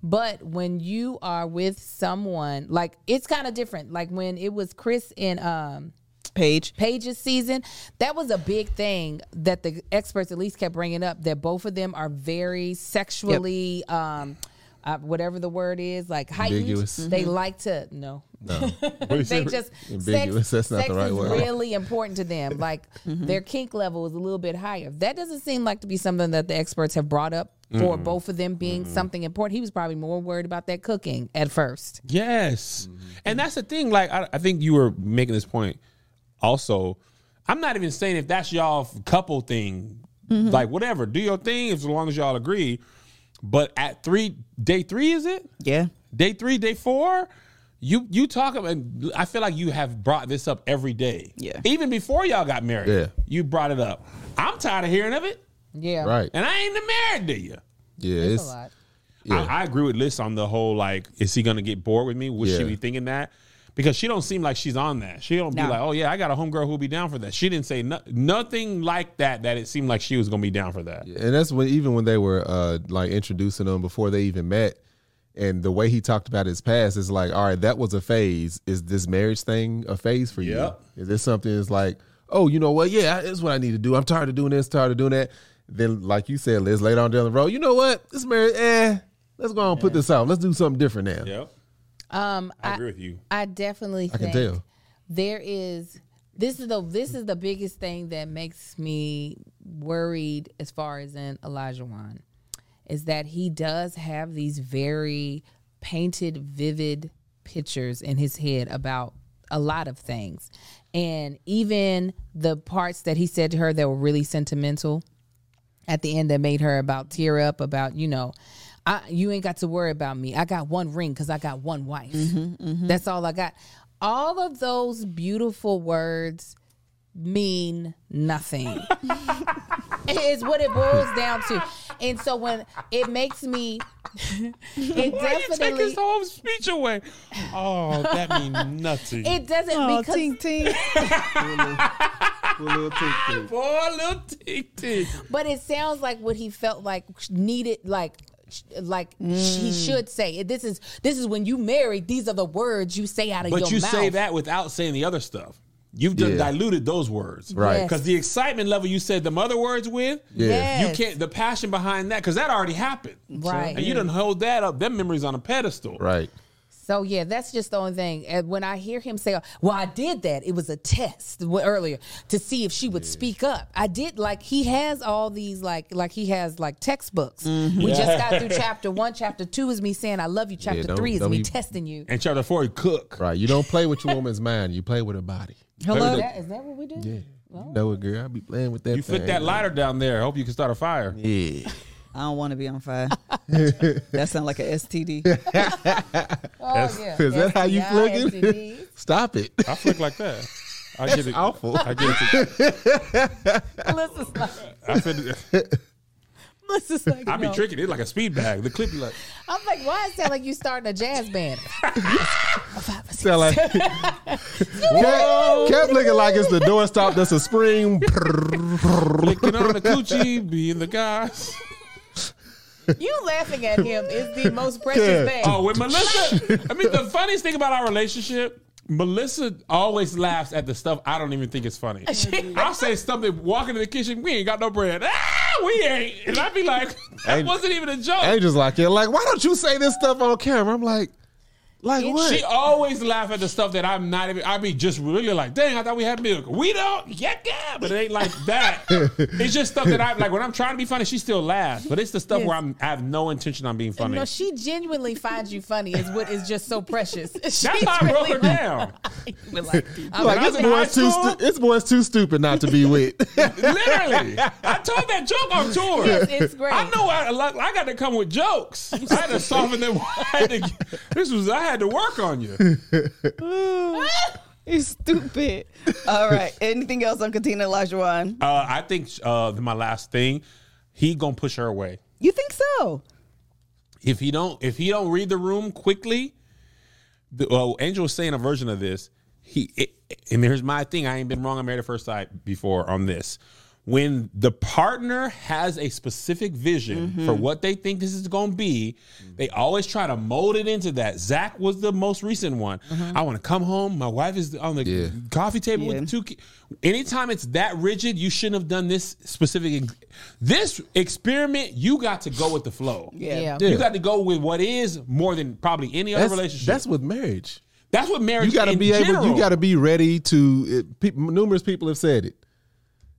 Speaker 1: But when you are with someone, like it's kind of different. Like when it was Chris and um
Speaker 4: Paige.
Speaker 1: Pages season. That was a big thing that the experts at least kept bringing up that both of them are very sexually, um, uh, whatever the word is, like heightened.
Speaker 3: Ambiguous.
Speaker 1: They like to no. they just
Speaker 3: Ambiguous,
Speaker 1: Sex,
Speaker 3: that's not the
Speaker 1: sex
Speaker 3: right
Speaker 1: is
Speaker 3: word.
Speaker 1: really important to them. Like their kink level is a little bit higher. That doesn't seem like to be something that the experts have brought up for both of them being something important. He was probably more worried about that cooking at first.
Speaker 2: Yes. And that's the thing. Like, I, I think you were making this point also. I'm not even saying if that's y'all couple thing, like, whatever, do your thing as long as y'all agree. But at three, day three, is it?
Speaker 4: Yeah.
Speaker 2: Day three, day four, you you talk about. I feel like you have brought this up every day.
Speaker 4: Yeah.
Speaker 2: Even before y'all got married.
Speaker 3: Yeah.
Speaker 2: You brought it up. I'm tired of hearing of it,
Speaker 1: Yeah,
Speaker 3: Right.
Speaker 2: and I ain't even married to you.
Speaker 3: Yeah.
Speaker 1: That's a
Speaker 3: It's,
Speaker 1: lot.
Speaker 3: Yeah.
Speaker 2: I, I agree with Liz on the whole like, is he gonna get bored with me? Would she
Speaker 3: Yeah.
Speaker 2: be thinking that? Because she don't seem like she's on that. She don't be
Speaker 4: No.
Speaker 2: like, oh yeah, I got a homegirl who'll be down for that. She didn't say no- nothing like that. That it seemed like she was gonna be down for that.
Speaker 3: and that's when even when they were uh like introducing them before they even met and the way he talked about his past is like all right that was a phase is this marriage thing a phase for
Speaker 2: Yep.
Speaker 3: you is this something that's like oh you know what yeah that's what i need to do i'm tired of doing this tired of doing that then like you said liz later on down the road you know what this marriage eh let's go on and put this out let's do something different now
Speaker 2: Yep,
Speaker 1: Um,
Speaker 2: I, agree with you.
Speaker 1: I definitely
Speaker 3: can
Speaker 1: think
Speaker 3: tell.
Speaker 1: there is this is the this is the biggest thing that makes me worried as far as in Elijah Wan is that he does have these very painted vivid pictures in his head about a lot of things and even the parts that he said to her that were really sentimental at the end that made her about tear up about you know I, you ain't got to worry about me i got one ring because i got one wife
Speaker 2: Mm-hmm.
Speaker 1: that's all i got all of those beautiful words mean nothing is what it boils down to and so when it makes me it
Speaker 2: Why you take
Speaker 1: definitely
Speaker 2: his whole speech away? Oh, that means nothing.
Speaker 1: it doesn't
Speaker 4: Oh,
Speaker 1: because
Speaker 4: ting ting.
Speaker 2: Poor little Tink Tink.
Speaker 1: But it sounds like what he felt like needed, like sh- like he
Speaker 2: Mm.
Speaker 1: should say. This is this is when you marry. These are the words you say out of
Speaker 2: But
Speaker 1: your
Speaker 2: you
Speaker 1: mouth.
Speaker 2: say that without saying the other stuff. You've just
Speaker 3: Yeah.
Speaker 2: diluted those words,
Speaker 3: Right.
Speaker 1: Yes.
Speaker 2: Because the excitement level you said the other words with,
Speaker 3: yeah
Speaker 2: you can't. The passion behind that, because that already happened,
Speaker 1: Right.
Speaker 2: And you didn't hold that up. Them memories on a pedestal,
Speaker 3: right
Speaker 1: So yeah, that's just the only thing. And when I hear him say, "Well, I did that. It was a test w- earlier to see if she would speak up." I did like he has all these like like he has like textbooks.
Speaker 3: Mm-hmm.
Speaker 1: We just got through chapter 1, chapter 2 is me saying I love you, chapter
Speaker 3: don't-
Speaker 1: 3 is
Speaker 3: don't
Speaker 1: me
Speaker 3: you-
Speaker 1: testing you.
Speaker 2: And chapter four, he cook.
Speaker 3: Right. You don't play with your woman's mind. You play with her body.
Speaker 4: Hello?
Speaker 1: Is that, is that what we do? Oh,
Speaker 3: Yeah. You know it, girl. I be playing with that.
Speaker 2: You flick
Speaker 3: thing.
Speaker 2: that lighter down there. Hope you can start a fire.
Speaker 3: Yeah.
Speaker 4: I don't want to be on fire. that sounds like an STD.
Speaker 1: Oh yeah.
Speaker 3: Is that how you
Speaker 1: STI,
Speaker 3: flicking?
Speaker 1: STDs.
Speaker 3: Stop it.
Speaker 2: I flick like that. I get it.
Speaker 3: awful.
Speaker 2: I get it.
Speaker 1: Melissa's like,
Speaker 2: I, fit,
Speaker 1: Melissa's like,
Speaker 2: I be
Speaker 1: no.
Speaker 2: tricking it like a speed bag. The clip be like,
Speaker 1: I'm like, why is that like you starting a jazz band?
Speaker 3: Sound like kept, kept looking like it's the doorstop that's a spring.
Speaker 2: flicking on the coochie, being the guys.
Speaker 1: you laughing at him is the most precious thing.
Speaker 2: Oh, with Melissa. I mean, the funniest thing about our relationship, Melissa always laughs at the stuff I don't even think is funny. I'll say something, walk into the kitchen, we ain't got no bread. Ah, we ain't. And I'd be like, that
Speaker 3: And-
Speaker 2: wasn't even a joke.
Speaker 3: Angel's like, yeah, like, why don't you say this stuff on camera? I'm like, like what?
Speaker 2: she always laugh at the stuff that I'm not even. I be just really like, dang, I thought we had milk. We don't, yeah, yeah, but it ain't like that. it's just stuff that I like. When I'm trying to be funny, she still laughs. But it's the stuff where I'm, I have no intention on being funny.
Speaker 1: No, she genuinely finds you funny. Is what is just so precious. She's
Speaker 2: That's how I broke her
Speaker 1: really-
Speaker 2: down.
Speaker 1: We're like, I'm
Speaker 3: like
Speaker 1: like,
Speaker 2: I was
Speaker 3: this
Speaker 2: in high
Speaker 3: boy's too
Speaker 2: school-
Speaker 3: stu- this boy's too stupid not to be with.
Speaker 2: Literally, I told that joke on tour.
Speaker 1: Yes, it's great.
Speaker 2: I know I, I got to come with jokes. I had to soften them. I had to, this was I had to work on you.
Speaker 4: you stupid. All right. Anything else on Katina Lajuan?
Speaker 2: Uh, I think uh, my last thing, he gonna push her away.
Speaker 4: You think so?
Speaker 2: if he don't if he don't read the room quickly the, well angel was saying a version of this he it, and here's my thing i ain't been wrong on married at first sight before on this when the partner has a specific vision for what they think this is going to be they always try to mold it into that zach was the most recent one i want to come home my wife is on the
Speaker 3: Yeah.
Speaker 2: coffee table
Speaker 4: Yeah.
Speaker 2: with two kids anytime it's that rigid you shouldn't have done this specific ex- this experiment you got to go with the flow
Speaker 1: yeah.
Speaker 3: Yeah.
Speaker 2: you got to go with what is more than probably any other
Speaker 3: that's,
Speaker 2: relationship.
Speaker 3: that's
Speaker 2: That's,
Speaker 3: with marriage.
Speaker 2: what marriage.
Speaker 3: You got to
Speaker 2: in
Speaker 3: be able.
Speaker 2: general.
Speaker 3: You got to be ready to. It, pe- numerous people have said it.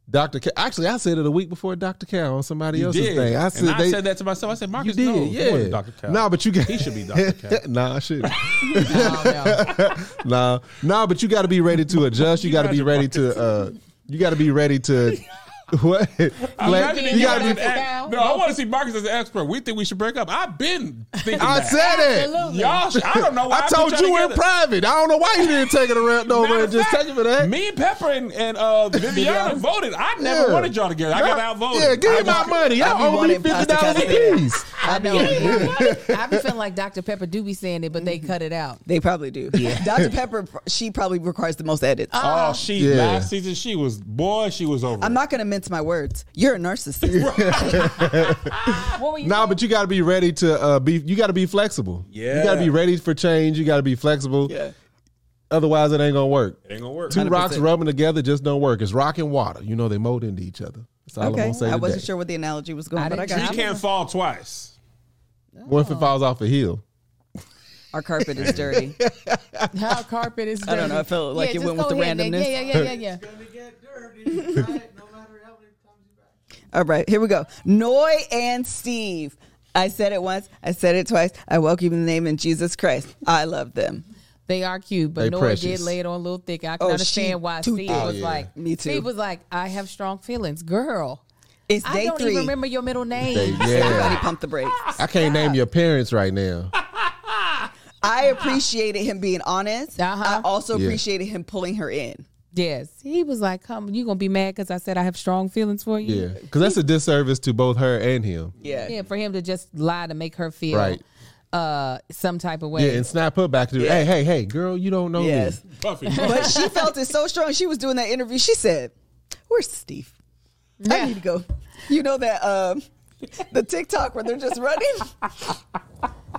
Speaker 3: Doctor, actually, I said it a week before Doctor Cal on somebody else's
Speaker 2: did.
Speaker 3: thing. I
Speaker 2: And
Speaker 3: said they,
Speaker 2: said that to myself. I said,
Speaker 3: You
Speaker 2: Marcus,
Speaker 3: did,
Speaker 2: no,
Speaker 3: yeah.
Speaker 2: Doctor Cal.
Speaker 3: Nah, but you got
Speaker 2: he should be Doctor Cal.
Speaker 3: nah, I should.
Speaker 1: no, no.
Speaker 3: nah, nah, but you got to be ready to adjust. You got to be
Speaker 2: Imagine
Speaker 3: ready to. uh You got to be ready to. What? Like,
Speaker 2: Imagine
Speaker 1: you
Speaker 2: if
Speaker 3: you
Speaker 1: know
Speaker 3: got
Speaker 2: gotta
Speaker 1: Dr.
Speaker 3: to
Speaker 2: be.
Speaker 3: be.
Speaker 1: that- Cal.
Speaker 2: No, I want to see Marcus as an expert. We think we should break up. I've been thinking
Speaker 3: I
Speaker 2: that.
Speaker 3: said it.
Speaker 1: Absolutely.
Speaker 2: Y'all, should- I don't know. Why
Speaker 3: I
Speaker 2: put
Speaker 3: told
Speaker 2: y'all
Speaker 3: you in
Speaker 2: together.
Speaker 3: private. I don't know why you didn't take it around over
Speaker 2: Matter
Speaker 3: and
Speaker 2: of
Speaker 3: just
Speaker 2: fact,
Speaker 3: take it for that.
Speaker 2: Me and Pepper and, and uh, Viviana voted. I never
Speaker 3: Yeah.
Speaker 2: wanted y'all together. I got
Speaker 3: Nah,
Speaker 2: outvoted.
Speaker 3: Yeah, give
Speaker 2: I Oh,
Speaker 3: me my
Speaker 2: was-
Speaker 3: money.
Speaker 4: I be
Speaker 3: Y'all owe me
Speaker 4: wanting
Speaker 3: fifty dollars
Speaker 4: pasta
Speaker 3: a piece.
Speaker 1: I know. I be feeling like Dr. Pepper do be saying it, but they cut it out.
Speaker 4: They probably do. Dr. Pepper, she probably requires the most edits.
Speaker 2: Oh, she
Speaker 3: Yeah.
Speaker 2: last season she was boy. She was over.
Speaker 4: I'm
Speaker 2: it.
Speaker 4: not going to mince my words. You're a narcissist.
Speaker 1: What were you?
Speaker 3: No, but you got to be ready to uh, be. You got to be flexible.
Speaker 2: Yeah.
Speaker 3: you got to be ready for change. You got to be flexible. Otherwise, it ain't gonna work.
Speaker 2: It ain't gonna work.
Speaker 3: 2 rocks rubbing together just don't work. It's rock and water. You know they mold into each other. That's all I'm
Speaker 4: Okay.
Speaker 3: gonna say.
Speaker 4: I wasn't
Speaker 3: today.
Speaker 4: sure what the analogy was going,
Speaker 1: I
Speaker 4: but I
Speaker 1: didn't-
Speaker 4: got
Speaker 2: She
Speaker 4: it.
Speaker 2: can't fall twice.
Speaker 3: What if it falls off a hill?
Speaker 4: Our carpet is dirty.
Speaker 1: How carpet is?
Speaker 4: I don't know.
Speaker 1: dirty.
Speaker 4: I felt like it
Speaker 1: just
Speaker 4: went with
Speaker 1: go
Speaker 4: the
Speaker 1: ahead, Nick.
Speaker 4: randomness.
Speaker 1: Yeah, yeah, yeah, yeah, yeah.
Speaker 5: gonna get dirty, right? No matter how many times you back.
Speaker 4: All right, here we go. Noy and Steve. I said it once. I said it twice. I welcome in the name in Jesus Christ. I love them.
Speaker 1: They are cute, but
Speaker 3: They
Speaker 1: Nora did
Speaker 3: precious.
Speaker 1: lay it on a little thick. I can
Speaker 4: Oh, she
Speaker 1: understand why
Speaker 4: too
Speaker 1: Steve
Speaker 4: thick.
Speaker 1: was
Speaker 3: Oh, yeah.
Speaker 1: like.
Speaker 4: Me too.
Speaker 1: Steve was like, I have strong feelings, girl.
Speaker 4: It's
Speaker 1: I
Speaker 4: day
Speaker 1: don't
Speaker 4: three.
Speaker 1: even remember your middle name.
Speaker 3: They-
Speaker 4: Everybody
Speaker 3: yeah,
Speaker 4: pump the brakes.
Speaker 3: I can't name your parents right now.
Speaker 4: I appreciated him being honest.
Speaker 1: Uh-huh.
Speaker 4: I also
Speaker 3: Yeah.
Speaker 4: appreciated him pulling her in.
Speaker 1: Yes, he was like, "Come, you gonna be mad because I said I have strong feelings for you."
Speaker 3: Yeah, because that's a disservice to both her and him.
Speaker 4: Yeah.
Speaker 1: Yeah, for him to just lie to make her feel
Speaker 3: Right.
Speaker 1: uh some type of way.
Speaker 3: Yeah, and snap her back to hey, hey, hey, girl, you don't know
Speaker 4: Yes.
Speaker 3: me.
Speaker 2: Buffy.
Speaker 4: But she felt it so strong. She was doing that interview. She said, Where's Steve? I
Speaker 1: Yeah.
Speaker 4: need to go. You know that um, the TikTok where they're just running?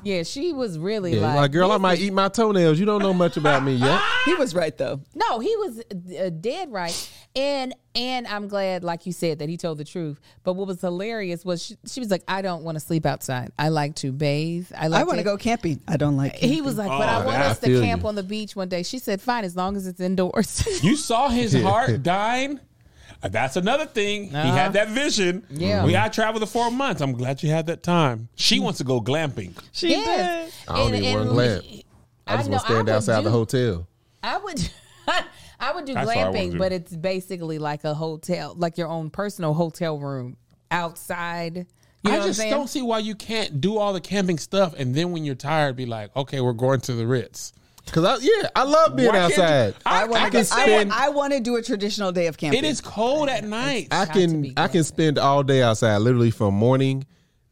Speaker 1: Yeah, she was really
Speaker 3: Yeah,
Speaker 1: like,
Speaker 3: like, girl, I might eat my toenails. You don't know much about me yet.
Speaker 4: He was right though.
Speaker 1: no, he was uh, dead right. And and I'm glad, like you said, that he told the truth. But what was hilarious was she, she was like, "I don't want to sleep outside. I like to bathe. I like
Speaker 4: I want to go camping. I don't like
Speaker 1: He was like, "But I
Speaker 2: Oh,
Speaker 1: want
Speaker 2: I
Speaker 1: us to
Speaker 3: feel
Speaker 1: camp
Speaker 3: you.
Speaker 1: on the beach one day." She said, "Fine, as long as it's indoors."
Speaker 2: You saw his heart dying. Uh, That's another thing. He had that vision.
Speaker 1: Yeah.
Speaker 2: We I traveled the four months. I'm glad you had that time. She wants to go glamping.
Speaker 4: she
Speaker 1: yes.
Speaker 3: I don't even wanna glamp. I just
Speaker 1: know,
Speaker 3: want to stand
Speaker 1: would
Speaker 3: outside
Speaker 1: do-
Speaker 3: the hotel.
Speaker 1: I would. I would do
Speaker 2: That's what I wanna
Speaker 1: glamping,
Speaker 2: do.
Speaker 1: but it's basically like a hotel, like your own personal hotel room outside. You know
Speaker 2: I
Speaker 1: what I'm
Speaker 2: just
Speaker 1: saying?
Speaker 2: don't see why you can't do all the camping stuff and then when you're tired, be like, okay, we're going to the Ritz.
Speaker 3: Cause I yeah, I love being
Speaker 2: Why can't you-
Speaker 3: outside.
Speaker 2: I,
Speaker 4: I
Speaker 2: want
Speaker 4: want
Speaker 2: can
Speaker 4: to. I,
Speaker 2: spend.
Speaker 4: wa- I want to do a traditional day of camping.
Speaker 2: it is cold at night.
Speaker 3: I
Speaker 1: got to be
Speaker 3: can I
Speaker 1: glamping.
Speaker 3: can spend all day outside, literally from morning,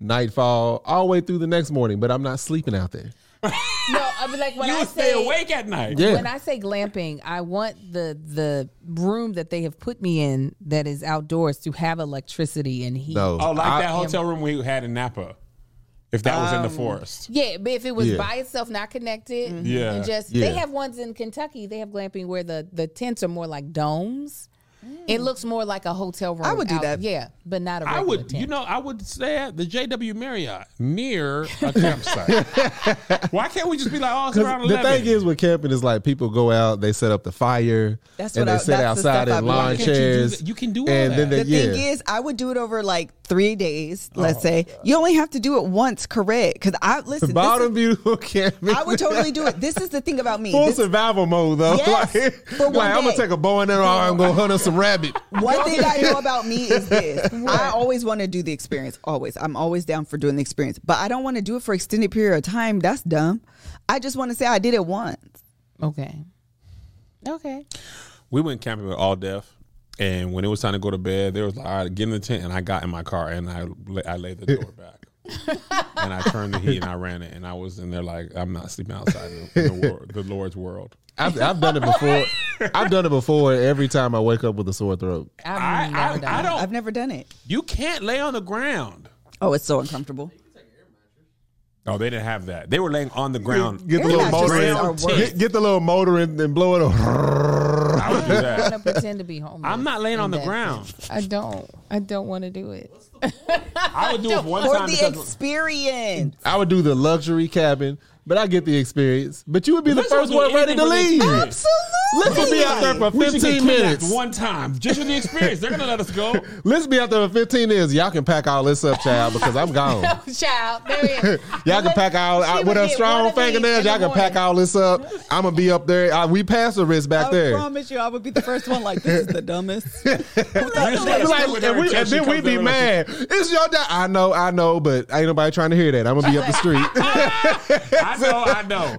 Speaker 3: nightfall, all the way through the next morning. But I'm not sleeping out there.
Speaker 1: No, I mean like when
Speaker 2: you
Speaker 1: I
Speaker 2: would
Speaker 1: say
Speaker 2: stay awake at night.
Speaker 3: Yeah.
Speaker 1: when I say glamping, I want the the room that they have put me in that is outdoors to have electricity and heat.
Speaker 3: No,
Speaker 2: Oh, like
Speaker 3: I-
Speaker 2: that hotel room we had in Napa. If that was in
Speaker 1: Um,
Speaker 2: the forest.
Speaker 1: Yeah, but if it was
Speaker 3: Yeah.
Speaker 1: by itself, not connected,
Speaker 2: Mm-hmm. Yeah.
Speaker 1: and just
Speaker 3: Yeah.
Speaker 1: they have ones in Kentucky. They have glamping where the the tents are more like domes. It looks more like a hotel room.
Speaker 4: I would do that.
Speaker 1: Yeah, but not a
Speaker 2: Mm. I
Speaker 1: regular
Speaker 2: would,
Speaker 1: tent.
Speaker 2: you know, I would stay at the JW Marriott near a campsite. Why can't we just be like, oh, it's around
Speaker 3: 'Cause the
Speaker 2: 11?
Speaker 3: thing is with camping is like people go out, they set up the fire,
Speaker 4: That's
Speaker 3: and
Speaker 4: what
Speaker 3: they
Speaker 4: I-
Speaker 3: sit
Speaker 4: that's the
Speaker 3: outside
Speaker 4: stuff I
Speaker 3: in
Speaker 4: be like,
Speaker 3: lawn
Speaker 4: "Can't
Speaker 2: you do
Speaker 3: chairs.
Speaker 2: that? You can do all
Speaker 3: and
Speaker 2: that."
Speaker 3: then they,
Speaker 4: The
Speaker 3: yeah.
Speaker 4: thing is, I would do it over like three days.
Speaker 2: Oh,
Speaker 4: Let's say you only have to do it once, correct? Because I listen. this
Speaker 3: bottom
Speaker 4: is-
Speaker 3: beautiful camping.
Speaker 4: I would totally do it. This is the thing about me.
Speaker 3: Full
Speaker 4: This-
Speaker 3: survival mode though.
Speaker 4: Yes,
Speaker 3: like,
Speaker 4: for one
Speaker 3: I'm gonna
Speaker 4: day.
Speaker 3: take a bow and arrow. I'm gonna hunt up some rabbit.
Speaker 4: One thing I know about me is this: I always want to do the experience. Always, I'm always down for doing the experience, but I don't want to do it for extended period of time. That's dumb. I just want to say I did it once.
Speaker 1: Okay. Okay.
Speaker 2: we went camping with all deaf. And when it was time to go to bed, they was like, all right, get in the tent. And I got in my car and I, la- I laid the door back. and I turned the heat and I ran it. And I was in there like, I'm not sleeping outside in the, in the, wor- the Lord's world.
Speaker 3: I've, I've done it before. I've done it before. Every time I wake up with a sore throat.
Speaker 2: I,
Speaker 1: I've never done
Speaker 2: I, I
Speaker 1: it.
Speaker 2: don't,
Speaker 4: I've never done it.
Speaker 2: you can't lay on the ground.
Speaker 4: Oh, it's so uncomfortable.
Speaker 2: Oh, they didn't have that. They were laying on the ground.
Speaker 3: Get the
Speaker 4: Air
Speaker 3: little motor
Speaker 4: mattresses are
Speaker 3: in.
Speaker 4: worse.
Speaker 3: Get, get the little motor in and blow it on.
Speaker 2: I would do
Speaker 1: I
Speaker 2: that.
Speaker 1: want to pretend to be homeless.
Speaker 2: I'm not laying on
Speaker 1: in
Speaker 2: the
Speaker 1: that
Speaker 2: ground.
Speaker 1: thing. I don't. I don't want to do it.
Speaker 2: I would do it one
Speaker 4: For
Speaker 2: time
Speaker 4: the
Speaker 2: because
Speaker 4: experience.
Speaker 3: I would do the luxury cabin, but I get the experience. But you would be the
Speaker 2: Listen,
Speaker 3: first
Speaker 2: we'll
Speaker 3: one
Speaker 2: do
Speaker 3: ready to
Speaker 2: anything for the
Speaker 3: leave.
Speaker 2: experience.
Speaker 4: Absolutely.
Speaker 3: Let's just be out there for
Speaker 2: we should get
Speaker 3: 15
Speaker 2: kidnapped
Speaker 3: minutes.
Speaker 2: one time just for the experience. They're gonna let us go.
Speaker 3: Let's be out there for 15 minutes. Y'all can pack all this up, child, because I'm gone.
Speaker 1: Child, there it is.
Speaker 3: Y'all can
Speaker 1: Let-
Speaker 3: pack all
Speaker 1: she
Speaker 3: out
Speaker 1: would
Speaker 3: with her
Speaker 1: get one
Speaker 3: strong
Speaker 1: of these
Speaker 3: fingernails.
Speaker 1: in the
Speaker 3: Y'all can pack
Speaker 1: morning.
Speaker 3: all this up. I'm gonna be up there. I, we passed the risk back
Speaker 4: I
Speaker 3: there.
Speaker 4: promise you, I would be the first one. Like this is the dumbest.
Speaker 3: Be like-
Speaker 2: With her
Speaker 3: and, we, and
Speaker 2: injection
Speaker 3: then we
Speaker 2: comes
Speaker 3: be
Speaker 2: in,
Speaker 3: mad. It's your day. I know, I know, but ain't nobody trying to hear that. I'm gonna be up the street.
Speaker 2: I know, I know.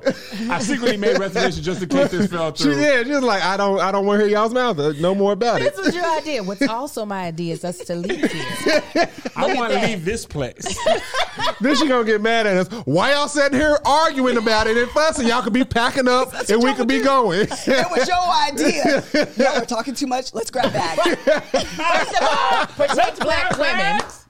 Speaker 2: I secretly made reservations just in case this fell
Speaker 3: she,
Speaker 2: through.
Speaker 3: yeah, she's like, I don't, I don't want to hear y'all's mouth. Uh, No more about it.
Speaker 1: This was your idea. What's also my idea is us to leave here.
Speaker 2: I
Speaker 1: at
Speaker 2: want to
Speaker 1: that.
Speaker 2: leave this place.
Speaker 3: then she gonna get mad at us. Why y'all sitting here arguing about it and fussing? Y'all could be packing up and we could be going.
Speaker 4: That was your idea. Y'all were talking too much. Let's grab bags.
Speaker 1: First of all, protect black women.
Speaker 2: Relax.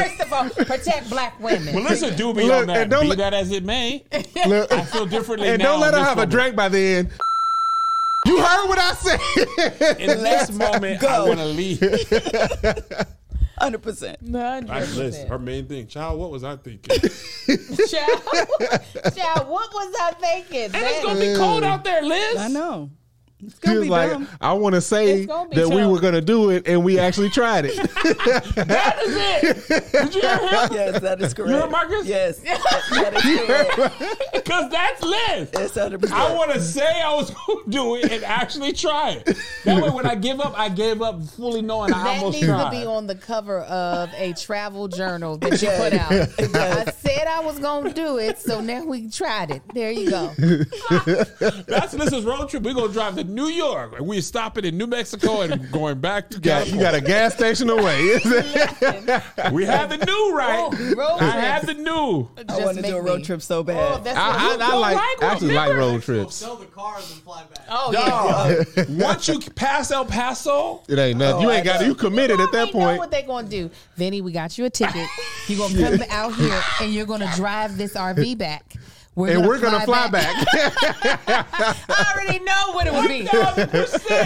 Speaker 1: First of all, protect black
Speaker 2: Well,
Speaker 1: women.
Speaker 2: listen, do be
Speaker 3: Look,
Speaker 2: on that.
Speaker 3: and don't
Speaker 2: Be
Speaker 3: let-
Speaker 2: that as it may,
Speaker 3: Look,
Speaker 2: I feel differently
Speaker 3: and
Speaker 2: now
Speaker 3: don't let
Speaker 2: in
Speaker 3: her
Speaker 2: this
Speaker 3: have a
Speaker 2: moment.
Speaker 3: drink by then. You heard what I said.
Speaker 2: In this moment, I
Speaker 4: go.
Speaker 2: want to leave.
Speaker 4: Hundred percent.
Speaker 2: Listen, her main thing, child. What was I thinking?
Speaker 1: Child, child, what was I thinking?
Speaker 2: And it's
Speaker 1: That-
Speaker 2: gonna be cold out there, Liz.
Speaker 4: I know. It's
Speaker 3: She
Speaker 4: gonna
Speaker 3: was
Speaker 4: be
Speaker 3: like,
Speaker 4: dumb.
Speaker 3: I want to say
Speaker 1: It's
Speaker 3: that
Speaker 1: gonna be
Speaker 3: we
Speaker 1: tough.
Speaker 3: were gonna do it, and we actually tried it.
Speaker 2: That is it. Did you hear him?
Speaker 4: Yes, that is correct.
Speaker 2: heard Marcus?
Speaker 4: Yes, that is correct.
Speaker 2: Because that's Liz.
Speaker 4: It's hundred percent.
Speaker 2: I want to say I was going to do it and actually try it. That way, when I give up, I gave up fully knowing I
Speaker 1: That
Speaker 2: almost
Speaker 1: needs
Speaker 2: tried.
Speaker 1: to be on the cover of a travel journal that you put out. I said I was gonna do it, so now we tried it. There you go.
Speaker 2: That's Liz's road trip. We're going to drive to New York. and We're stopping in New Mexico and going back to
Speaker 3: You got, you
Speaker 2: California.
Speaker 3: got a gas station away.
Speaker 2: we have the new right.
Speaker 1: Oh, road
Speaker 2: I
Speaker 1: trip.
Speaker 2: have the new.
Speaker 4: I want to do a road trip so
Speaker 1: Oh,
Speaker 4: bad.
Speaker 1: that's
Speaker 3: I,
Speaker 1: what
Speaker 3: I, I
Speaker 2: don't
Speaker 3: like,
Speaker 2: like road-
Speaker 3: actually like
Speaker 2: remember?
Speaker 3: road trips.
Speaker 5: Sell the car and then fly back.
Speaker 1: oh,
Speaker 2: Dog, once you pass El Paso,
Speaker 3: It ain't nothing. you
Speaker 4: I
Speaker 3: ain't got
Speaker 4: know.
Speaker 3: you committed at
Speaker 1: They
Speaker 3: that point.
Speaker 1: know what they gonna do. Vinny, we got you a ticket. You're gonna come out here and you're gonna drive this RV back. We're
Speaker 3: and we're gonna fly back.
Speaker 1: I already know what it would be.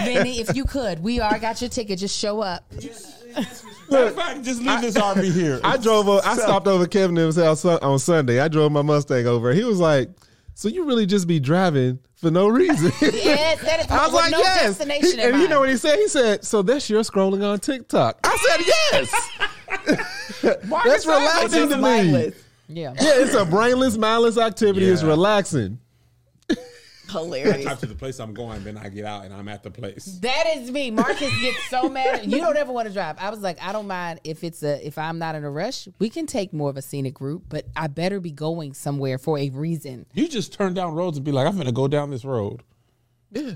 Speaker 1: Vinny, if you could, we are got your ticket. Just show up.
Speaker 2: Matter of fact, just leave this RV here.
Speaker 3: I drove. Over, I
Speaker 2: So-
Speaker 3: stopped over Kevin at his house Sun- on Sunday. I drove my Mustang over. He was like, "So you really just be driving for no reason?"
Speaker 1: Yeah, that is
Speaker 3: I
Speaker 1: with
Speaker 3: was like,
Speaker 1: Oh, no
Speaker 3: "Yes."
Speaker 1: destination
Speaker 3: He- and
Speaker 1: in
Speaker 3: you know what
Speaker 1: mind.
Speaker 3: he said? He said, "So that's your scrolling on TikTok." I said, "Yes." that's relaxing to me.
Speaker 4: Mindless.
Speaker 1: Yeah.
Speaker 3: Yeah, it's a brainless, mindless activity. It's
Speaker 2: Yeah.
Speaker 3: relaxing.
Speaker 4: Hilarious.
Speaker 2: drive to the place I'm going, then I get out and I'm at the place.
Speaker 1: That is me. Marcus gets so mad. at- You don't ever want to drive. I was like, I don't mind if it's a if I'm not in a rush. We can take more of a scenic route, but I better be going somewhere for a reason.
Speaker 2: You just turn down roads and be like, I'm gonna go down this road
Speaker 3: Yeah,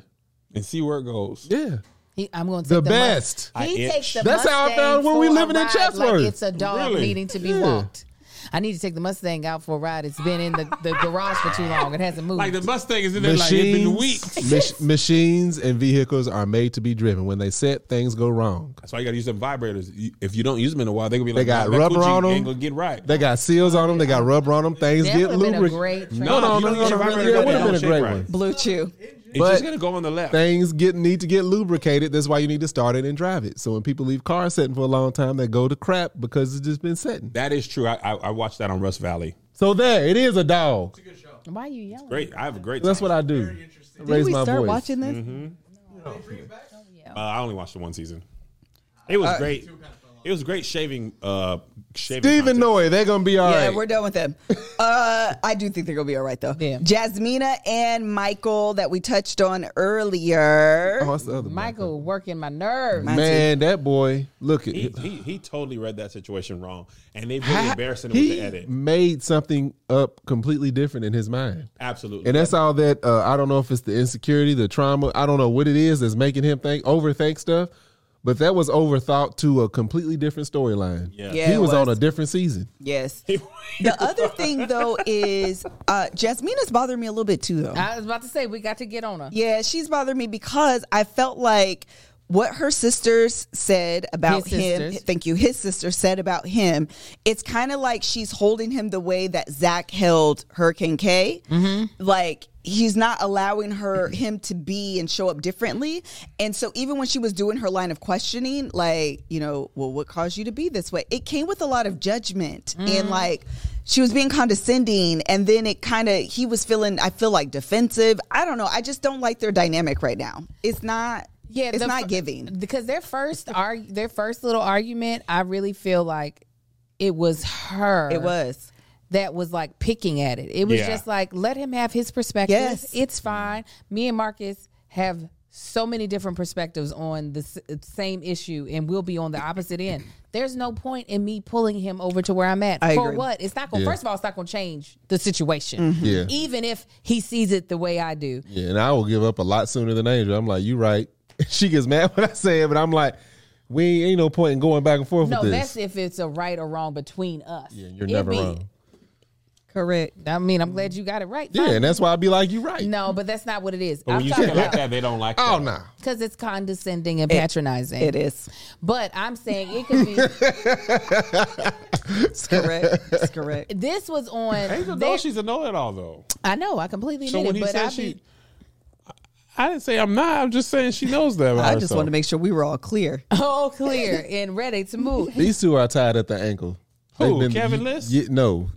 Speaker 2: and see where it goes.
Speaker 3: yeah.
Speaker 1: He, I'm going to
Speaker 3: The
Speaker 1: take the, mus-
Speaker 3: best.
Speaker 2: I
Speaker 1: he
Speaker 2: itch.
Speaker 1: takes the
Speaker 3: That's how I
Speaker 1: Mustang
Speaker 3: found when we
Speaker 1: for a
Speaker 3: living in
Speaker 1: ride
Speaker 3: Chatsworth.
Speaker 1: Like it's a dog
Speaker 2: Really?
Speaker 1: needing to be
Speaker 3: Yeah.
Speaker 1: walked. I need to take the Mustang out for a ride. It's been in the, the garage for too long. It hasn't moved.
Speaker 2: Like the Mustang is in there like it's been weeks.
Speaker 3: Machines, mach- machines and vehicles are made to be driven. When they set, things go wrong.
Speaker 2: That's why you gotta use them vibrators. You- If you don't use them in a while, they're gonna be like,
Speaker 3: got
Speaker 2: "Nah, that
Speaker 3: rubber
Speaker 2: coochie
Speaker 3: on 'em.
Speaker 2: Ain't gonna get right.
Speaker 3: They got seals on them. They got rubber on them. Things
Speaker 1: That
Speaker 3: get
Speaker 1: would've been a
Speaker 3: lubricated.
Speaker 1: great trip.
Speaker 2: No,
Speaker 3: no,
Speaker 2: you
Speaker 3: no,
Speaker 2: don't use your
Speaker 3: no, no,
Speaker 2: vibrator
Speaker 3: yeah,
Speaker 2: to
Speaker 3: it would
Speaker 2: go
Speaker 3: have been a
Speaker 2: down
Speaker 3: great
Speaker 2: shape
Speaker 3: one.
Speaker 4: Blue Chew.
Speaker 2: It's
Speaker 3: But-
Speaker 2: just gonna go on the left.
Speaker 3: Things get need to get lubricated. That's why you need to start it and drive it. So when people leave cars sitting for a long time, they go to crap because it's just been sitting.
Speaker 2: that is true. I, I, I watched that on Rust Valley.
Speaker 3: So there, it is a dog.
Speaker 5: Good show.
Speaker 1: Why are you yelling?
Speaker 2: Great. I have a great.
Speaker 3: That's
Speaker 2: time.
Speaker 3: what I do.
Speaker 5: Very interesting.
Speaker 3: Raise
Speaker 4: Did we
Speaker 3: my
Speaker 4: start
Speaker 3: voice. Mm-hmm.
Speaker 4: watching this?
Speaker 2: Uh, I only watched the one season. It was great. It was great shaving. Uh, shaving.
Speaker 3: Stephen
Speaker 2: contest.
Speaker 3: Noy, they're gonna be all
Speaker 4: Yeah,
Speaker 3: right.
Speaker 4: we're done with them. Uh, I do think they're gonna be all right though.
Speaker 1: Yeah.
Speaker 4: Jasmina and Michael that we touched on earlier.
Speaker 3: Oh, that's the other one.
Speaker 1: Michael working my nerves.
Speaker 4: My-
Speaker 3: Man, that boy, look at
Speaker 2: He, he he totally read that situation wrong, and they really embarrassing him with the edit.
Speaker 3: made something up completely different in his mind.
Speaker 2: Absolutely.
Speaker 3: And that's all that uh, I don't know if it's the insecurity, the trauma, I don't know what it is that's making him think overthink stuff, but that was overthought to a completely different storyline.
Speaker 2: Yeah.
Speaker 4: Yeah,
Speaker 3: he
Speaker 4: it
Speaker 3: was, on a
Speaker 4: was.
Speaker 3: different season.
Speaker 4: Yes. The other thing though is uh, Jasmina's bothering me a little bit too though.
Speaker 1: I was about to say we got to get on her.
Speaker 4: Yeah, she's bothered me because I felt like what her sisters said about
Speaker 1: His
Speaker 4: him.
Speaker 1: sisters.
Speaker 4: Thank you. His sister said about him. It's kind of like she's holding him the way that Zach held Hurricane K. Mm-hmm. Like he's not allowing her him to be and show up differently. And so even when she was doing her line of questioning, like you know, well, what caused you to be this way? It came with a lot of judgment and like. She was being condescending, and then it kind of, he was feeling, I feel like defensive. I don't know. I just don't like their dynamic right now. It's not, yeah, it's
Speaker 1: the
Speaker 4: not
Speaker 1: fir-
Speaker 4: giving.
Speaker 1: because their first arg- their first little argument. I really feel like it was her.
Speaker 4: It was.
Speaker 1: that was like picking at it. It was
Speaker 2: Yeah.
Speaker 1: just like let him have his perspective.
Speaker 4: Yes.
Speaker 1: it's fine. Me and Marcus have so many different perspectives on the s- same issue, and we'll be on the opposite end. There's no point in me pulling him over to where I'm at.
Speaker 4: I
Speaker 1: For
Speaker 4: agree. Mm-hmm.
Speaker 1: what? It's not going. to
Speaker 3: Yeah.
Speaker 1: First of all, it's not going to change the situation.
Speaker 3: Yeah.
Speaker 1: Even if he sees it the way I do,
Speaker 3: Yeah, and I will give up a lot sooner than Angel. I'm like, you right. She gets mad when I say it, but I'm like, we ain't no point in going back and forth
Speaker 1: no,
Speaker 3: with
Speaker 1: that's
Speaker 3: this.
Speaker 1: if it's a right or wrong between us.
Speaker 3: Yeah, you're
Speaker 1: It
Speaker 3: never
Speaker 1: be-
Speaker 3: wrong.
Speaker 4: Correct.
Speaker 1: I mean, I'm glad you got it right.
Speaker 3: Yeah, and that's why I'd be like, you right.
Speaker 1: No, but that's not what it is.
Speaker 2: But when
Speaker 1: I'm
Speaker 2: you
Speaker 1: talking
Speaker 2: say it like
Speaker 1: about
Speaker 2: that, they don't like.
Speaker 3: Oh
Speaker 2: that.
Speaker 3: no.
Speaker 1: because it's condescending and patronizing.
Speaker 4: It is.
Speaker 1: But I'm saying it could be.
Speaker 4: It's correct. It's correct.
Speaker 1: this was
Speaker 2: Angel
Speaker 1: on.
Speaker 2: knows
Speaker 1: There,
Speaker 2: she's a know-it-all though.
Speaker 1: I know. I completely
Speaker 2: So
Speaker 1: admit
Speaker 2: when
Speaker 1: it,
Speaker 2: he
Speaker 1: but I
Speaker 2: said
Speaker 1: be,
Speaker 2: she, I I didn't say I'm not. I'm just saying she knows that. About
Speaker 4: I just
Speaker 2: herself.
Speaker 4: want to make sure we were all clear.
Speaker 1: all clear and ready to move.
Speaker 3: These two are tied at the ankle.
Speaker 2: Who,
Speaker 3: They've
Speaker 2: Kevin
Speaker 3: y-
Speaker 2: List?
Speaker 3: y- no.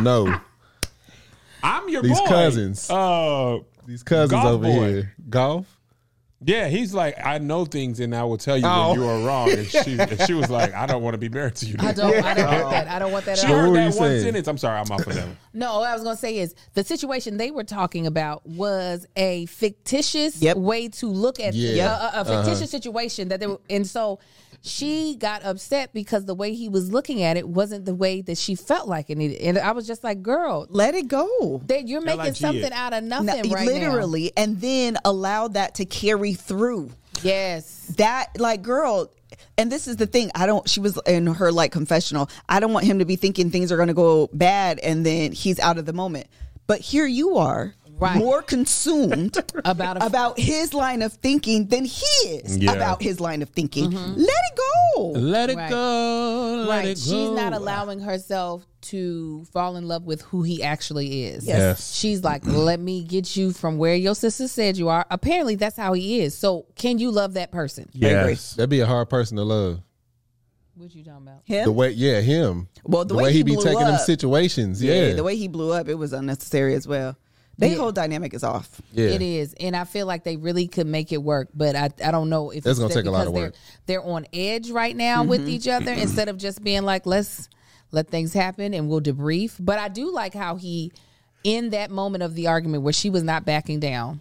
Speaker 3: no.
Speaker 2: I'm your
Speaker 3: These
Speaker 2: boy.
Speaker 3: cousins.
Speaker 2: Uh,
Speaker 3: These cousins
Speaker 2: Golf
Speaker 3: over
Speaker 2: boy.
Speaker 3: here. Golf?
Speaker 2: yeah, he's like, I know things, and I will tell you
Speaker 3: Oh.
Speaker 2: when you are wrong. And she, and she was like, I don't want to be married to you.
Speaker 1: I don't. I don't want that. I don't want that
Speaker 2: She
Speaker 1: at all.
Speaker 3: Sure.
Speaker 2: heard
Speaker 3: were
Speaker 2: that
Speaker 3: you
Speaker 2: one
Speaker 3: saying?
Speaker 2: sentence. I'm sorry, I'm off of them.
Speaker 1: No, what I was gonna say is the situation they were talking about was a fictitious
Speaker 4: Yep. Uh-huh.
Speaker 1: way to look at
Speaker 3: Yeah.
Speaker 1: a, a- a fictitious situation that they were, and so she got upset because the way he was looking at it wasn't the way that she felt like it needed. And I was just like, "Girl,
Speaker 4: Let it go.
Speaker 1: that you're making
Speaker 2: L.I.G.
Speaker 1: something
Speaker 2: it.
Speaker 1: out of
Speaker 4: No,
Speaker 1: nothing right now."
Speaker 4: literally, and then allow that to carry through.
Speaker 1: Yes.
Speaker 4: That like girl, and this is the thing. I don't. She was in her like confessional. I don't want him to be thinking things are going to go bad, and then he's out of the moment. But here you are
Speaker 1: Right.
Speaker 4: more consumed
Speaker 1: About a-
Speaker 4: about his line of thinking than he is
Speaker 2: Yeah.
Speaker 4: about his line of thinking.
Speaker 1: Mm-hmm.
Speaker 4: Let it go.
Speaker 2: Let it
Speaker 1: Right.
Speaker 2: go. Let
Speaker 1: right.
Speaker 2: it
Speaker 1: She's
Speaker 2: go.
Speaker 1: not allowing herself to fall in love with who he actually is.
Speaker 4: Yes.
Speaker 2: Yes.
Speaker 1: She's like, let me get you from where your sister said you are. Apparently, that's how he is. So, can you love that person?
Speaker 2: Yes.
Speaker 3: That'd be a hard person to love.
Speaker 1: What you talking about?
Speaker 4: Him?
Speaker 3: The way, yeah, him.
Speaker 4: Well, the way he
Speaker 3: be
Speaker 4: blew
Speaker 3: taking them
Speaker 4: up.
Speaker 3: situations, yeah,
Speaker 4: the way he blew up, it was unnecessary as well. Their
Speaker 1: Yeah.
Speaker 4: whole dynamic is off.
Speaker 3: yeah.
Speaker 1: It is, and I feel like they really could make it work, but I, I don't know if it's
Speaker 3: That's gonna
Speaker 1: that
Speaker 3: take a lot of
Speaker 1: because
Speaker 3: work.
Speaker 1: They're, they're on edge right now
Speaker 4: Mm-hmm.
Speaker 1: with each other instead of just being like, let's let things happen and we'll debrief. But I do like how he, in that moment of the argument where she was not backing down,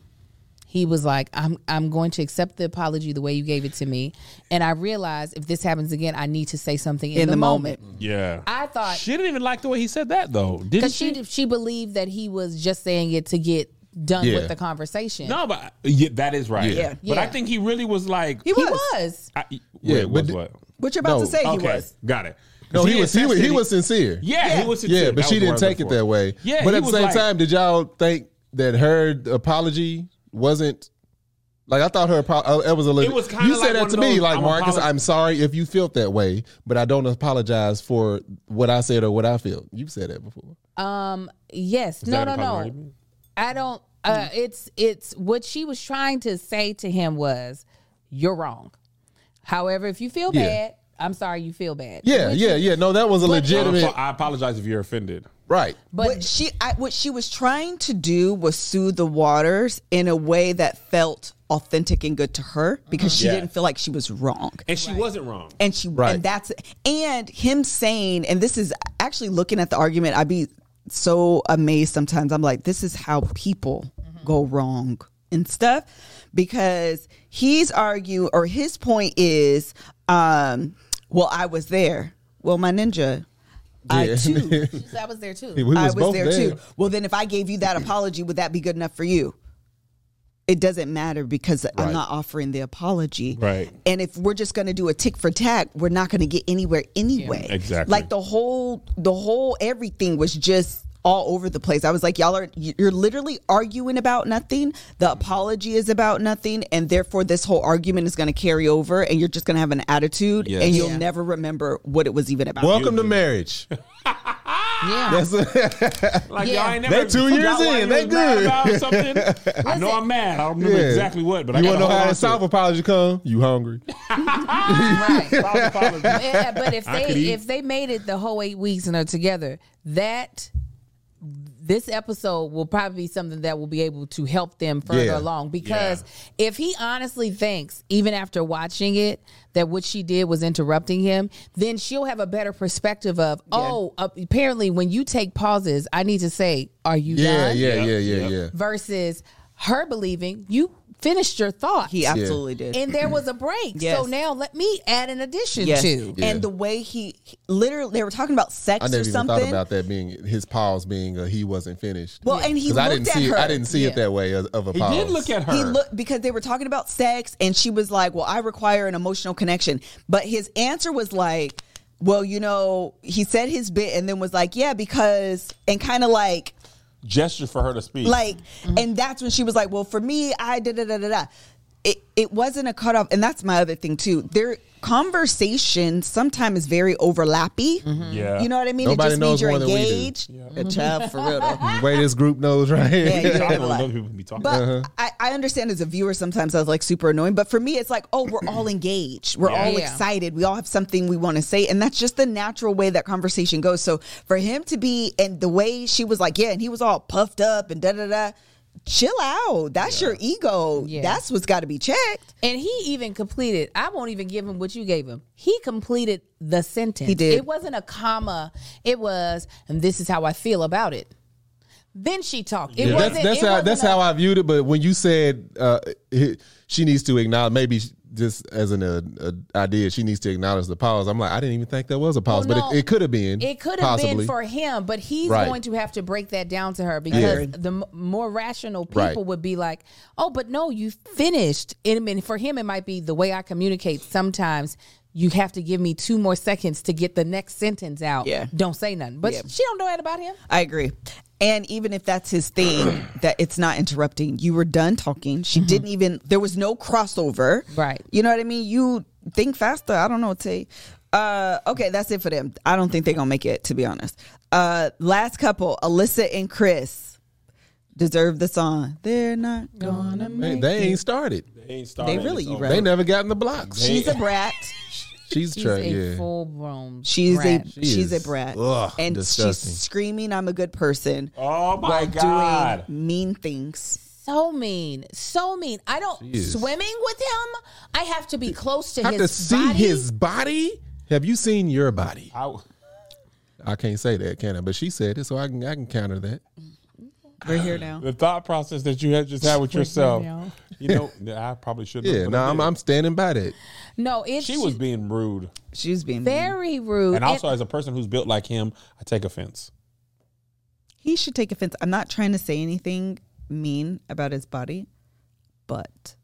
Speaker 1: he was like, I'm I'm going to accept the apology the way you gave it to me, and I realize if this happens again, I need to say something in,
Speaker 4: In
Speaker 1: the,
Speaker 4: the
Speaker 1: moment.
Speaker 4: moment. Mm-hmm.
Speaker 2: Yeah.
Speaker 1: I thought
Speaker 2: she didn't even like the way he said that though. Didn't
Speaker 1: because she did- she believed that he was just saying it to get done
Speaker 3: Yeah.
Speaker 1: with the conversation.
Speaker 2: No, but yeah, that is right.
Speaker 4: Yeah.
Speaker 2: But I
Speaker 1: Yeah.
Speaker 2: think he really was like
Speaker 4: He
Speaker 1: he
Speaker 4: was.
Speaker 1: was.
Speaker 2: I, wait,
Speaker 3: Yeah,
Speaker 2: was
Speaker 3: but-
Speaker 2: what?
Speaker 4: What you're about
Speaker 3: No.
Speaker 4: to say,
Speaker 2: Okay,
Speaker 4: he was.
Speaker 2: got it.
Speaker 3: No, he was he was, he
Speaker 2: accepted-
Speaker 3: was sincere.
Speaker 2: Yeah, he was sincere.
Speaker 3: Yeah, but
Speaker 2: That
Speaker 3: she
Speaker 2: was the
Speaker 3: didn't
Speaker 2: word I was
Speaker 3: take it
Speaker 2: looking
Speaker 3: that
Speaker 2: for.
Speaker 3: way.
Speaker 2: Yeah,
Speaker 3: but
Speaker 2: he
Speaker 3: at the
Speaker 2: was
Speaker 3: same
Speaker 2: like-
Speaker 3: time, did y'all think that her apology wasn't like I thought her apo- uh, it was a little.
Speaker 2: It was kinda
Speaker 3: you
Speaker 2: like
Speaker 3: said
Speaker 2: one
Speaker 3: that to
Speaker 2: of
Speaker 3: me,
Speaker 2: those,
Speaker 3: like
Speaker 2: I'm
Speaker 3: Marcus,
Speaker 2: apolo-
Speaker 3: I'm sorry if you felt that way, but I don't apologize for what I said or what I felt. You said that before.
Speaker 1: Um. Yes. no.
Speaker 2: that
Speaker 1: No.
Speaker 2: an apology?
Speaker 1: No. I don't. Uh. It's. It's what she was trying to say to him was, "You're wrong." However, if you feel
Speaker 3: Yeah.
Speaker 1: bad, I'm sorry you feel bad.
Speaker 3: Yeah,
Speaker 1: Which-
Speaker 3: yeah, yeah. No, that was a legitimate.
Speaker 2: I'm so- I apologize if you're offended.
Speaker 3: right.
Speaker 4: what she I, what she was trying to do was soothe the waters in a way that felt authentic and good to her because she
Speaker 2: Yeah.
Speaker 4: didn't feel like she was wrong.
Speaker 2: And she wasn't wrong.
Speaker 4: And she
Speaker 3: Right.
Speaker 4: and that's and him saying and this is actually looking at the argument I'd be so amazed sometimes. I'm like this is how people go wrong and stuff because he's argue or his point is um well I was there. Well my ninja I
Speaker 3: Yeah.
Speaker 4: too
Speaker 1: I was there too.
Speaker 3: We was
Speaker 4: I was
Speaker 3: both
Speaker 4: there, too. Well, then if I gave you that apology, would that be good enough for you? It doesn't matter because
Speaker 3: Right.
Speaker 4: I'm not offering the apology.
Speaker 2: Right.
Speaker 4: And if we're just going to do a tick for tack, we're not going to get anywhere anyway.
Speaker 2: exactly.
Speaker 4: Like the whole, the whole everything was just all over the place. I was like, y'all are, you're literally arguing about nothing. The apology is about nothing. And therefore, this whole argument is going to carry over and you're just going to have an attitude
Speaker 2: Yes.
Speaker 4: and you'll
Speaker 1: Yeah.
Speaker 4: never remember what it was even about.
Speaker 3: Welcome to marriage.
Speaker 1: yeah.
Speaker 3: That's
Speaker 2: Like
Speaker 1: Yeah.
Speaker 2: y'all ain't never.
Speaker 3: They two years
Speaker 2: y'all
Speaker 3: in,
Speaker 2: ain't
Speaker 3: they
Speaker 2: mad
Speaker 3: good.
Speaker 2: About something. I know I'm mad. I don't remember
Speaker 3: Yeah.
Speaker 2: exactly what, but I
Speaker 3: you
Speaker 2: got
Speaker 3: want to know how that
Speaker 2: to
Speaker 3: South apology come? You hungry?
Speaker 1: Right.
Speaker 2: apology.
Speaker 1: Yeah, but if
Speaker 2: I
Speaker 1: they
Speaker 2: could eat.
Speaker 1: if they made it the whole eight weeks and are together, that this episode will probably be something that will be able to help them further
Speaker 3: Yeah.
Speaker 1: along because if he honestly thinks even after watching it that what she did was interrupting him then she'll have a better perspective of oh uh, apparently when you take pauses i need to say are you
Speaker 3: Yeah,
Speaker 1: done
Speaker 3: yeah,
Speaker 2: Yep,
Speaker 3: yeah, yeah,
Speaker 2: yep.
Speaker 3: yeah.
Speaker 1: versus her believing you finished your thought
Speaker 4: He absolutely did.
Speaker 1: and there was a break
Speaker 4: Yes.
Speaker 1: so now let me add an addition
Speaker 4: Yes.
Speaker 1: to
Speaker 4: And the way he, he- literally, they were talking about sex
Speaker 3: I never
Speaker 4: or
Speaker 3: even
Speaker 4: something.
Speaker 3: thought about that being his pause being uh, he wasn't finished.
Speaker 4: Well, and he
Speaker 3: 'Cause
Speaker 4: looked
Speaker 3: I didn't
Speaker 4: at
Speaker 3: see
Speaker 4: her.
Speaker 3: it, I didn't see
Speaker 1: Yeah.
Speaker 3: it that way as, of a
Speaker 2: He
Speaker 3: pause.
Speaker 2: did look at her.
Speaker 4: He looked because they were talking about sex, and she was like, "Well, I require an emotional connection." But his answer was like, "Well, you know," he said his bit, and then was like, "Yeah, because," and kind of like,
Speaker 2: gesture for her to speak.
Speaker 4: like, and that's when she was like, "Well, for me, I da da da da da." It it wasn't a cutoff, and that's my other thing too. Their conversation sometimes is very overlappy.
Speaker 2: Yeah.
Speaker 4: You know what I mean?
Speaker 3: Nobody
Speaker 4: it just
Speaker 3: knows
Speaker 4: means you're
Speaker 3: more than we do.
Speaker 4: engaged. A child for real. though.
Speaker 3: the way this group knows right here.
Speaker 4: Yeah, you
Speaker 2: I
Speaker 4: know,
Speaker 2: don't know
Speaker 4: like-
Speaker 2: other people be talking.
Speaker 4: But
Speaker 1: Uh-huh.
Speaker 3: Uh-huh.
Speaker 4: I, I understand as a viewer, sometimes I was like super annoying. But for me, it's like, oh, we're all engaged. We're
Speaker 2: Yeah.
Speaker 4: all
Speaker 1: Yeah.
Speaker 4: excited. We all have something we want to say. And that's just the natural way that conversation goes. So for him to be, and the way she was like, yeah, and he was all puffed up and da da da. Chill out. That's your ego.
Speaker 1: Yeah.
Speaker 4: That's what's got to be checked.
Speaker 1: And he even completed. I won't even give him what you gave him. He completed the sentence.
Speaker 4: He did.
Speaker 1: It wasn't a comma. It was, and this is how I feel about it. Then she talked. It
Speaker 3: Yeah.
Speaker 1: wasn't.
Speaker 3: That's, that's
Speaker 1: it
Speaker 3: how
Speaker 1: wasn't
Speaker 3: that's
Speaker 1: a-
Speaker 3: how I viewed it. But when you said uh, he- she needs to acknowledge, maybe just as an uh, uh, idea, she needs to acknowledge the pause. I'm like, I didn't even think that was a pause,
Speaker 1: Well,
Speaker 3: Oh, but
Speaker 1: Oh, no,
Speaker 3: it, it could have been.
Speaker 1: It could have been
Speaker 3: possibly.
Speaker 1: for him, but he's
Speaker 3: Right.
Speaker 1: going to have to break that down to her because the m- more rational people
Speaker 3: Right.
Speaker 1: would be like, "Oh, but no, you finished." And I mean, for him, it might be the way I communicate. Sometimes you have to give me two more seconds to get the next sentence out.
Speaker 4: Yeah.
Speaker 1: don't say nothing. But she don't know that about him.
Speaker 4: I agree. And even if that's his thing, that it's not interrupting. You were done talking. She
Speaker 2: Mm-hmm.
Speaker 4: didn't even. There was no crossover.
Speaker 1: Right.
Speaker 4: You know what I mean? You think faster. I don't know what to say. Uh, okay, that's it for them. I don't think they're gonna make it. To be honest. Uh, last couple, Alyssa and Chris, deserve the song. They're not gonna.
Speaker 3: They, they ain't started.
Speaker 2: They ain't starting.
Speaker 4: They really
Speaker 2: It's over.
Speaker 4: erect.
Speaker 3: They never got in the blocks.
Speaker 4: She's a brat.
Speaker 3: she's
Speaker 1: She's
Speaker 3: trying.
Speaker 1: a
Speaker 3: Yeah.
Speaker 1: full grown.
Speaker 4: She's
Speaker 1: brat.
Speaker 4: a
Speaker 3: She
Speaker 4: she's
Speaker 3: is-
Speaker 4: a brat,
Speaker 3: ugh,
Speaker 4: and
Speaker 3: disgusting.
Speaker 4: she's screaming, "I'm a good person."
Speaker 2: Oh my
Speaker 4: while
Speaker 2: god.
Speaker 4: doing mean things.
Speaker 1: so mean, so mean. I don't
Speaker 3: is.
Speaker 1: swimming with him. I have to be close to
Speaker 3: Have
Speaker 1: his
Speaker 3: to see
Speaker 1: body.
Speaker 3: his body. Have you seen your body?
Speaker 2: I w-
Speaker 3: I can't say that, can I? But she said it, so I can I can counter that.
Speaker 4: We're here now.
Speaker 2: the thought process that you had just had with yourself. You know, I probably shouldn't.
Speaker 3: Yeah,
Speaker 2: have,
Speaker 3: no,
Speaker 2: but I
Speaker 3: I'm
Speaker 2: did.
Speaker 3: I'm standing by that.
Speaker 1: No, it's
Speaker 2: She was being rude,
Speaker 4: She was being mean.
Speaker 1: very rude.
Speaker 2: and also as a person who's built like him, I take offense.
Speaker 4: He should take offense. I'm not trying to say anything mean about his body, but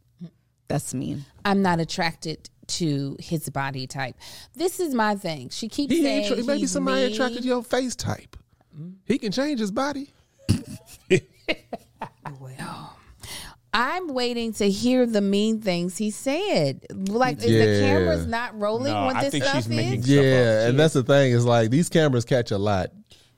Speaker 4: that's mean.
Speaker 1: I'm not attracted to his body type. This is my thing. She keeps
Speaker 3: He
Speaker 1: saying
Speaker 3: ain't tra- maybe
Speaker 1: he's
Speaker 3: somebody
Speaker 1: mean.
Speaker 3: attracted to your face type. He can change his body.
Speaker 1: I'm waiting to hear the mean things he said. Like is
Speaker 3: Yeah.
Speaker 1: the camera's not rolling
Speaker 2: No,
Speaker 1: when
Speaker 2: I
Speaker 1: this
Speaker 2: think
Speaker 1: stuff
Speaker 2: she's
Speaker 1: is.
Speaker 2: making
Speaker 3: Yeah, and that's the thing is like these cameras catch a lot,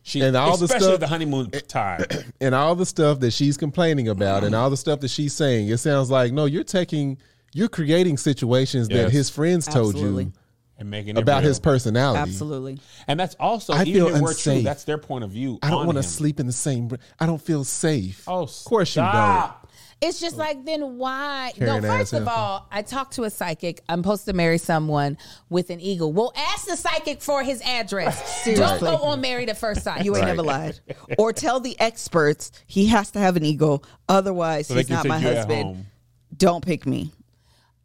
Speaker 2: She
Speaker 3: And all the
Speaker 2: especially
Speaker 3: stuff-
Speaker 2: the honeymoon time.
Speaker 3: and all the stuff that she's complaining about, and all the stuff that she's saying, it sounds like no, you're taking, you're creating situations that
Speaker 2: Yes.
Speaker 3: his friends told
Speaker 4: Absolutely.
Speaker 3: you
Speaker 2: and making it
Speaker 3: about
Speaker 2: real.
Speaker 3: his personality.
Speaker 4: Absolutely.
Speaker 2: And that's also
Speaker 3: I
Speaker 2: even
Speaker 3: feel
Speaker 2: if we're true,
Speaker 3: unsafe.
Speaker 2: that's their point of view.
Speaker 3: I don't
Speaker 2: want to
Speaker 3: sleep in the same. br- I don't feel safe.
Speaker 2: Oh,
Speaker 3: of course
Speaker 2: stop.
Speaker 1: It's just like then why?
Speaker 3: Carrying
Speaker 1: no,
Speaker 3: ass
Speaker 1: first of
Speaker 3: out.
Speaker 1: all, I talked to a psychic. I'm supposed to marry someone with an eagle. Well, ask the psychic for his address. Don't
Speaker 4: Seriously.
Speaker 1: go on married at first sight.
Speaker 4: You ain't never lied. Or tell the experts he has to have an ego. Otherwise,
Speaker 2: So they
Speaker 4: he's
Speaker 2: can
Speaker 4: not
Speaker 2: take
Speaker 4: my
Speaker 2: you at
Speaker 4: husband.
Speaker 2: home.
Speaker 4: Don't pick me.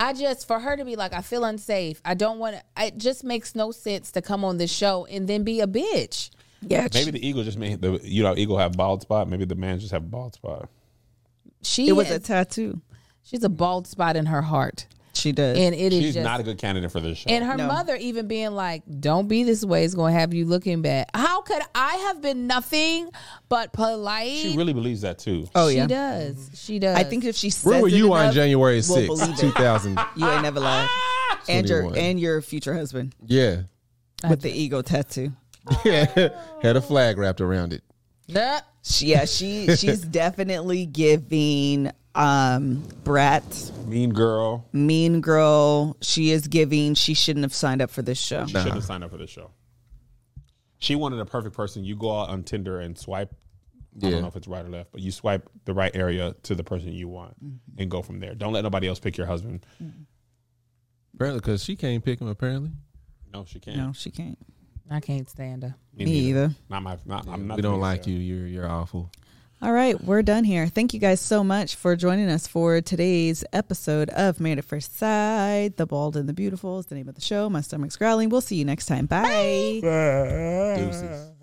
Speaker 1: I just for her to be like, I feel unsafe. I don't want. to It just makes no sense to come on this show and then be a bitch.
Speaker 4: Yeah.
Speaker 2: Maybe the eagle just made the you know eagle have bald spot. Maybe the man just have bald spot.
Speaker 1: She
Speaker 4: it was a
Speaker 1: is-
Speaker 4: tattoo.
Speaker 1: she's a bald spot in her heart,
Speaker 4: She does.
Speaker 1: and it is
Speaker 2: She's
Speaker 1: just.
Speaker 2: not a good candidate for this show.
Speaker 1: and her
Speaker 4: No.
Speaker 1: mother even being like, "Don't be this way. It's gonna have you looking bad." How could I have been nothing but polite?
Speaker 2: she really believes that too.
Speaker 4: oh,
Speaker 1: she
Speaker 4: yeah.
Speaker 1: does. She does.
Speaker 4: I think if she says
Speaker 3: I'm doing. Where were
Speaker 4: it
Speaker 3: you on
Speaker 4: enough,
Speaker 3: January
Speaker 4: we'll
Speaker 3: sixth,
Speaker 4: believe it.
Speaker 3: two thousand?
Speaker 4: You ain't never lied. And your
Speaker 3: 21.
Speaker 4: and your future husband
Speaker 3: Yeah,
Speaker 4: with the ego tattoo.
Speaker 3: had a flag wrapped around it.
Speaker 1: Nah.
Speaker 4: She, yeah, she she's definitely giving um brat,
Speaker 2: Mean girl
Speaker 4: mean girl. She is giving. She shouldn't have signed up for this show.
Speaker 2: She shouldn't have signed up for this show. She wanted a perfect person. You go out on Tinder and swipe. I
Speaker 3: Yeah.
Speaker 2: don't know if it's right or left, but you swipe the right area to the person you want and go from there. Don't let nobody else pick your husband.
Speaker 3: Apparently, because she can't pick him. Apparently,
Speaker 2: No, she can't.
Speaker 4: No, she can't.
Speaker 1: I can't stand her.
Speaker 2: Me
Speaker 4: Me
Speaker 2: neither.
Speaker 4: either.
Speaker 2: Not my. Not, I'm not.
Speaker 3: we
Speaker 2: the
Speaker 3: don't
Speaker 2: biggest
Speaker 3: like
Speaker 2: fan.
Speaker 3: you. You're you're awful.
Speaker 4: All right, we're done here. Thank you guys so much for joining us for today's episode of Married at First Sight. The Bald and the Beautiful is the name of the show. My stomach's growling. We'll see you next time. Bye.
Speaker 3: Deuces.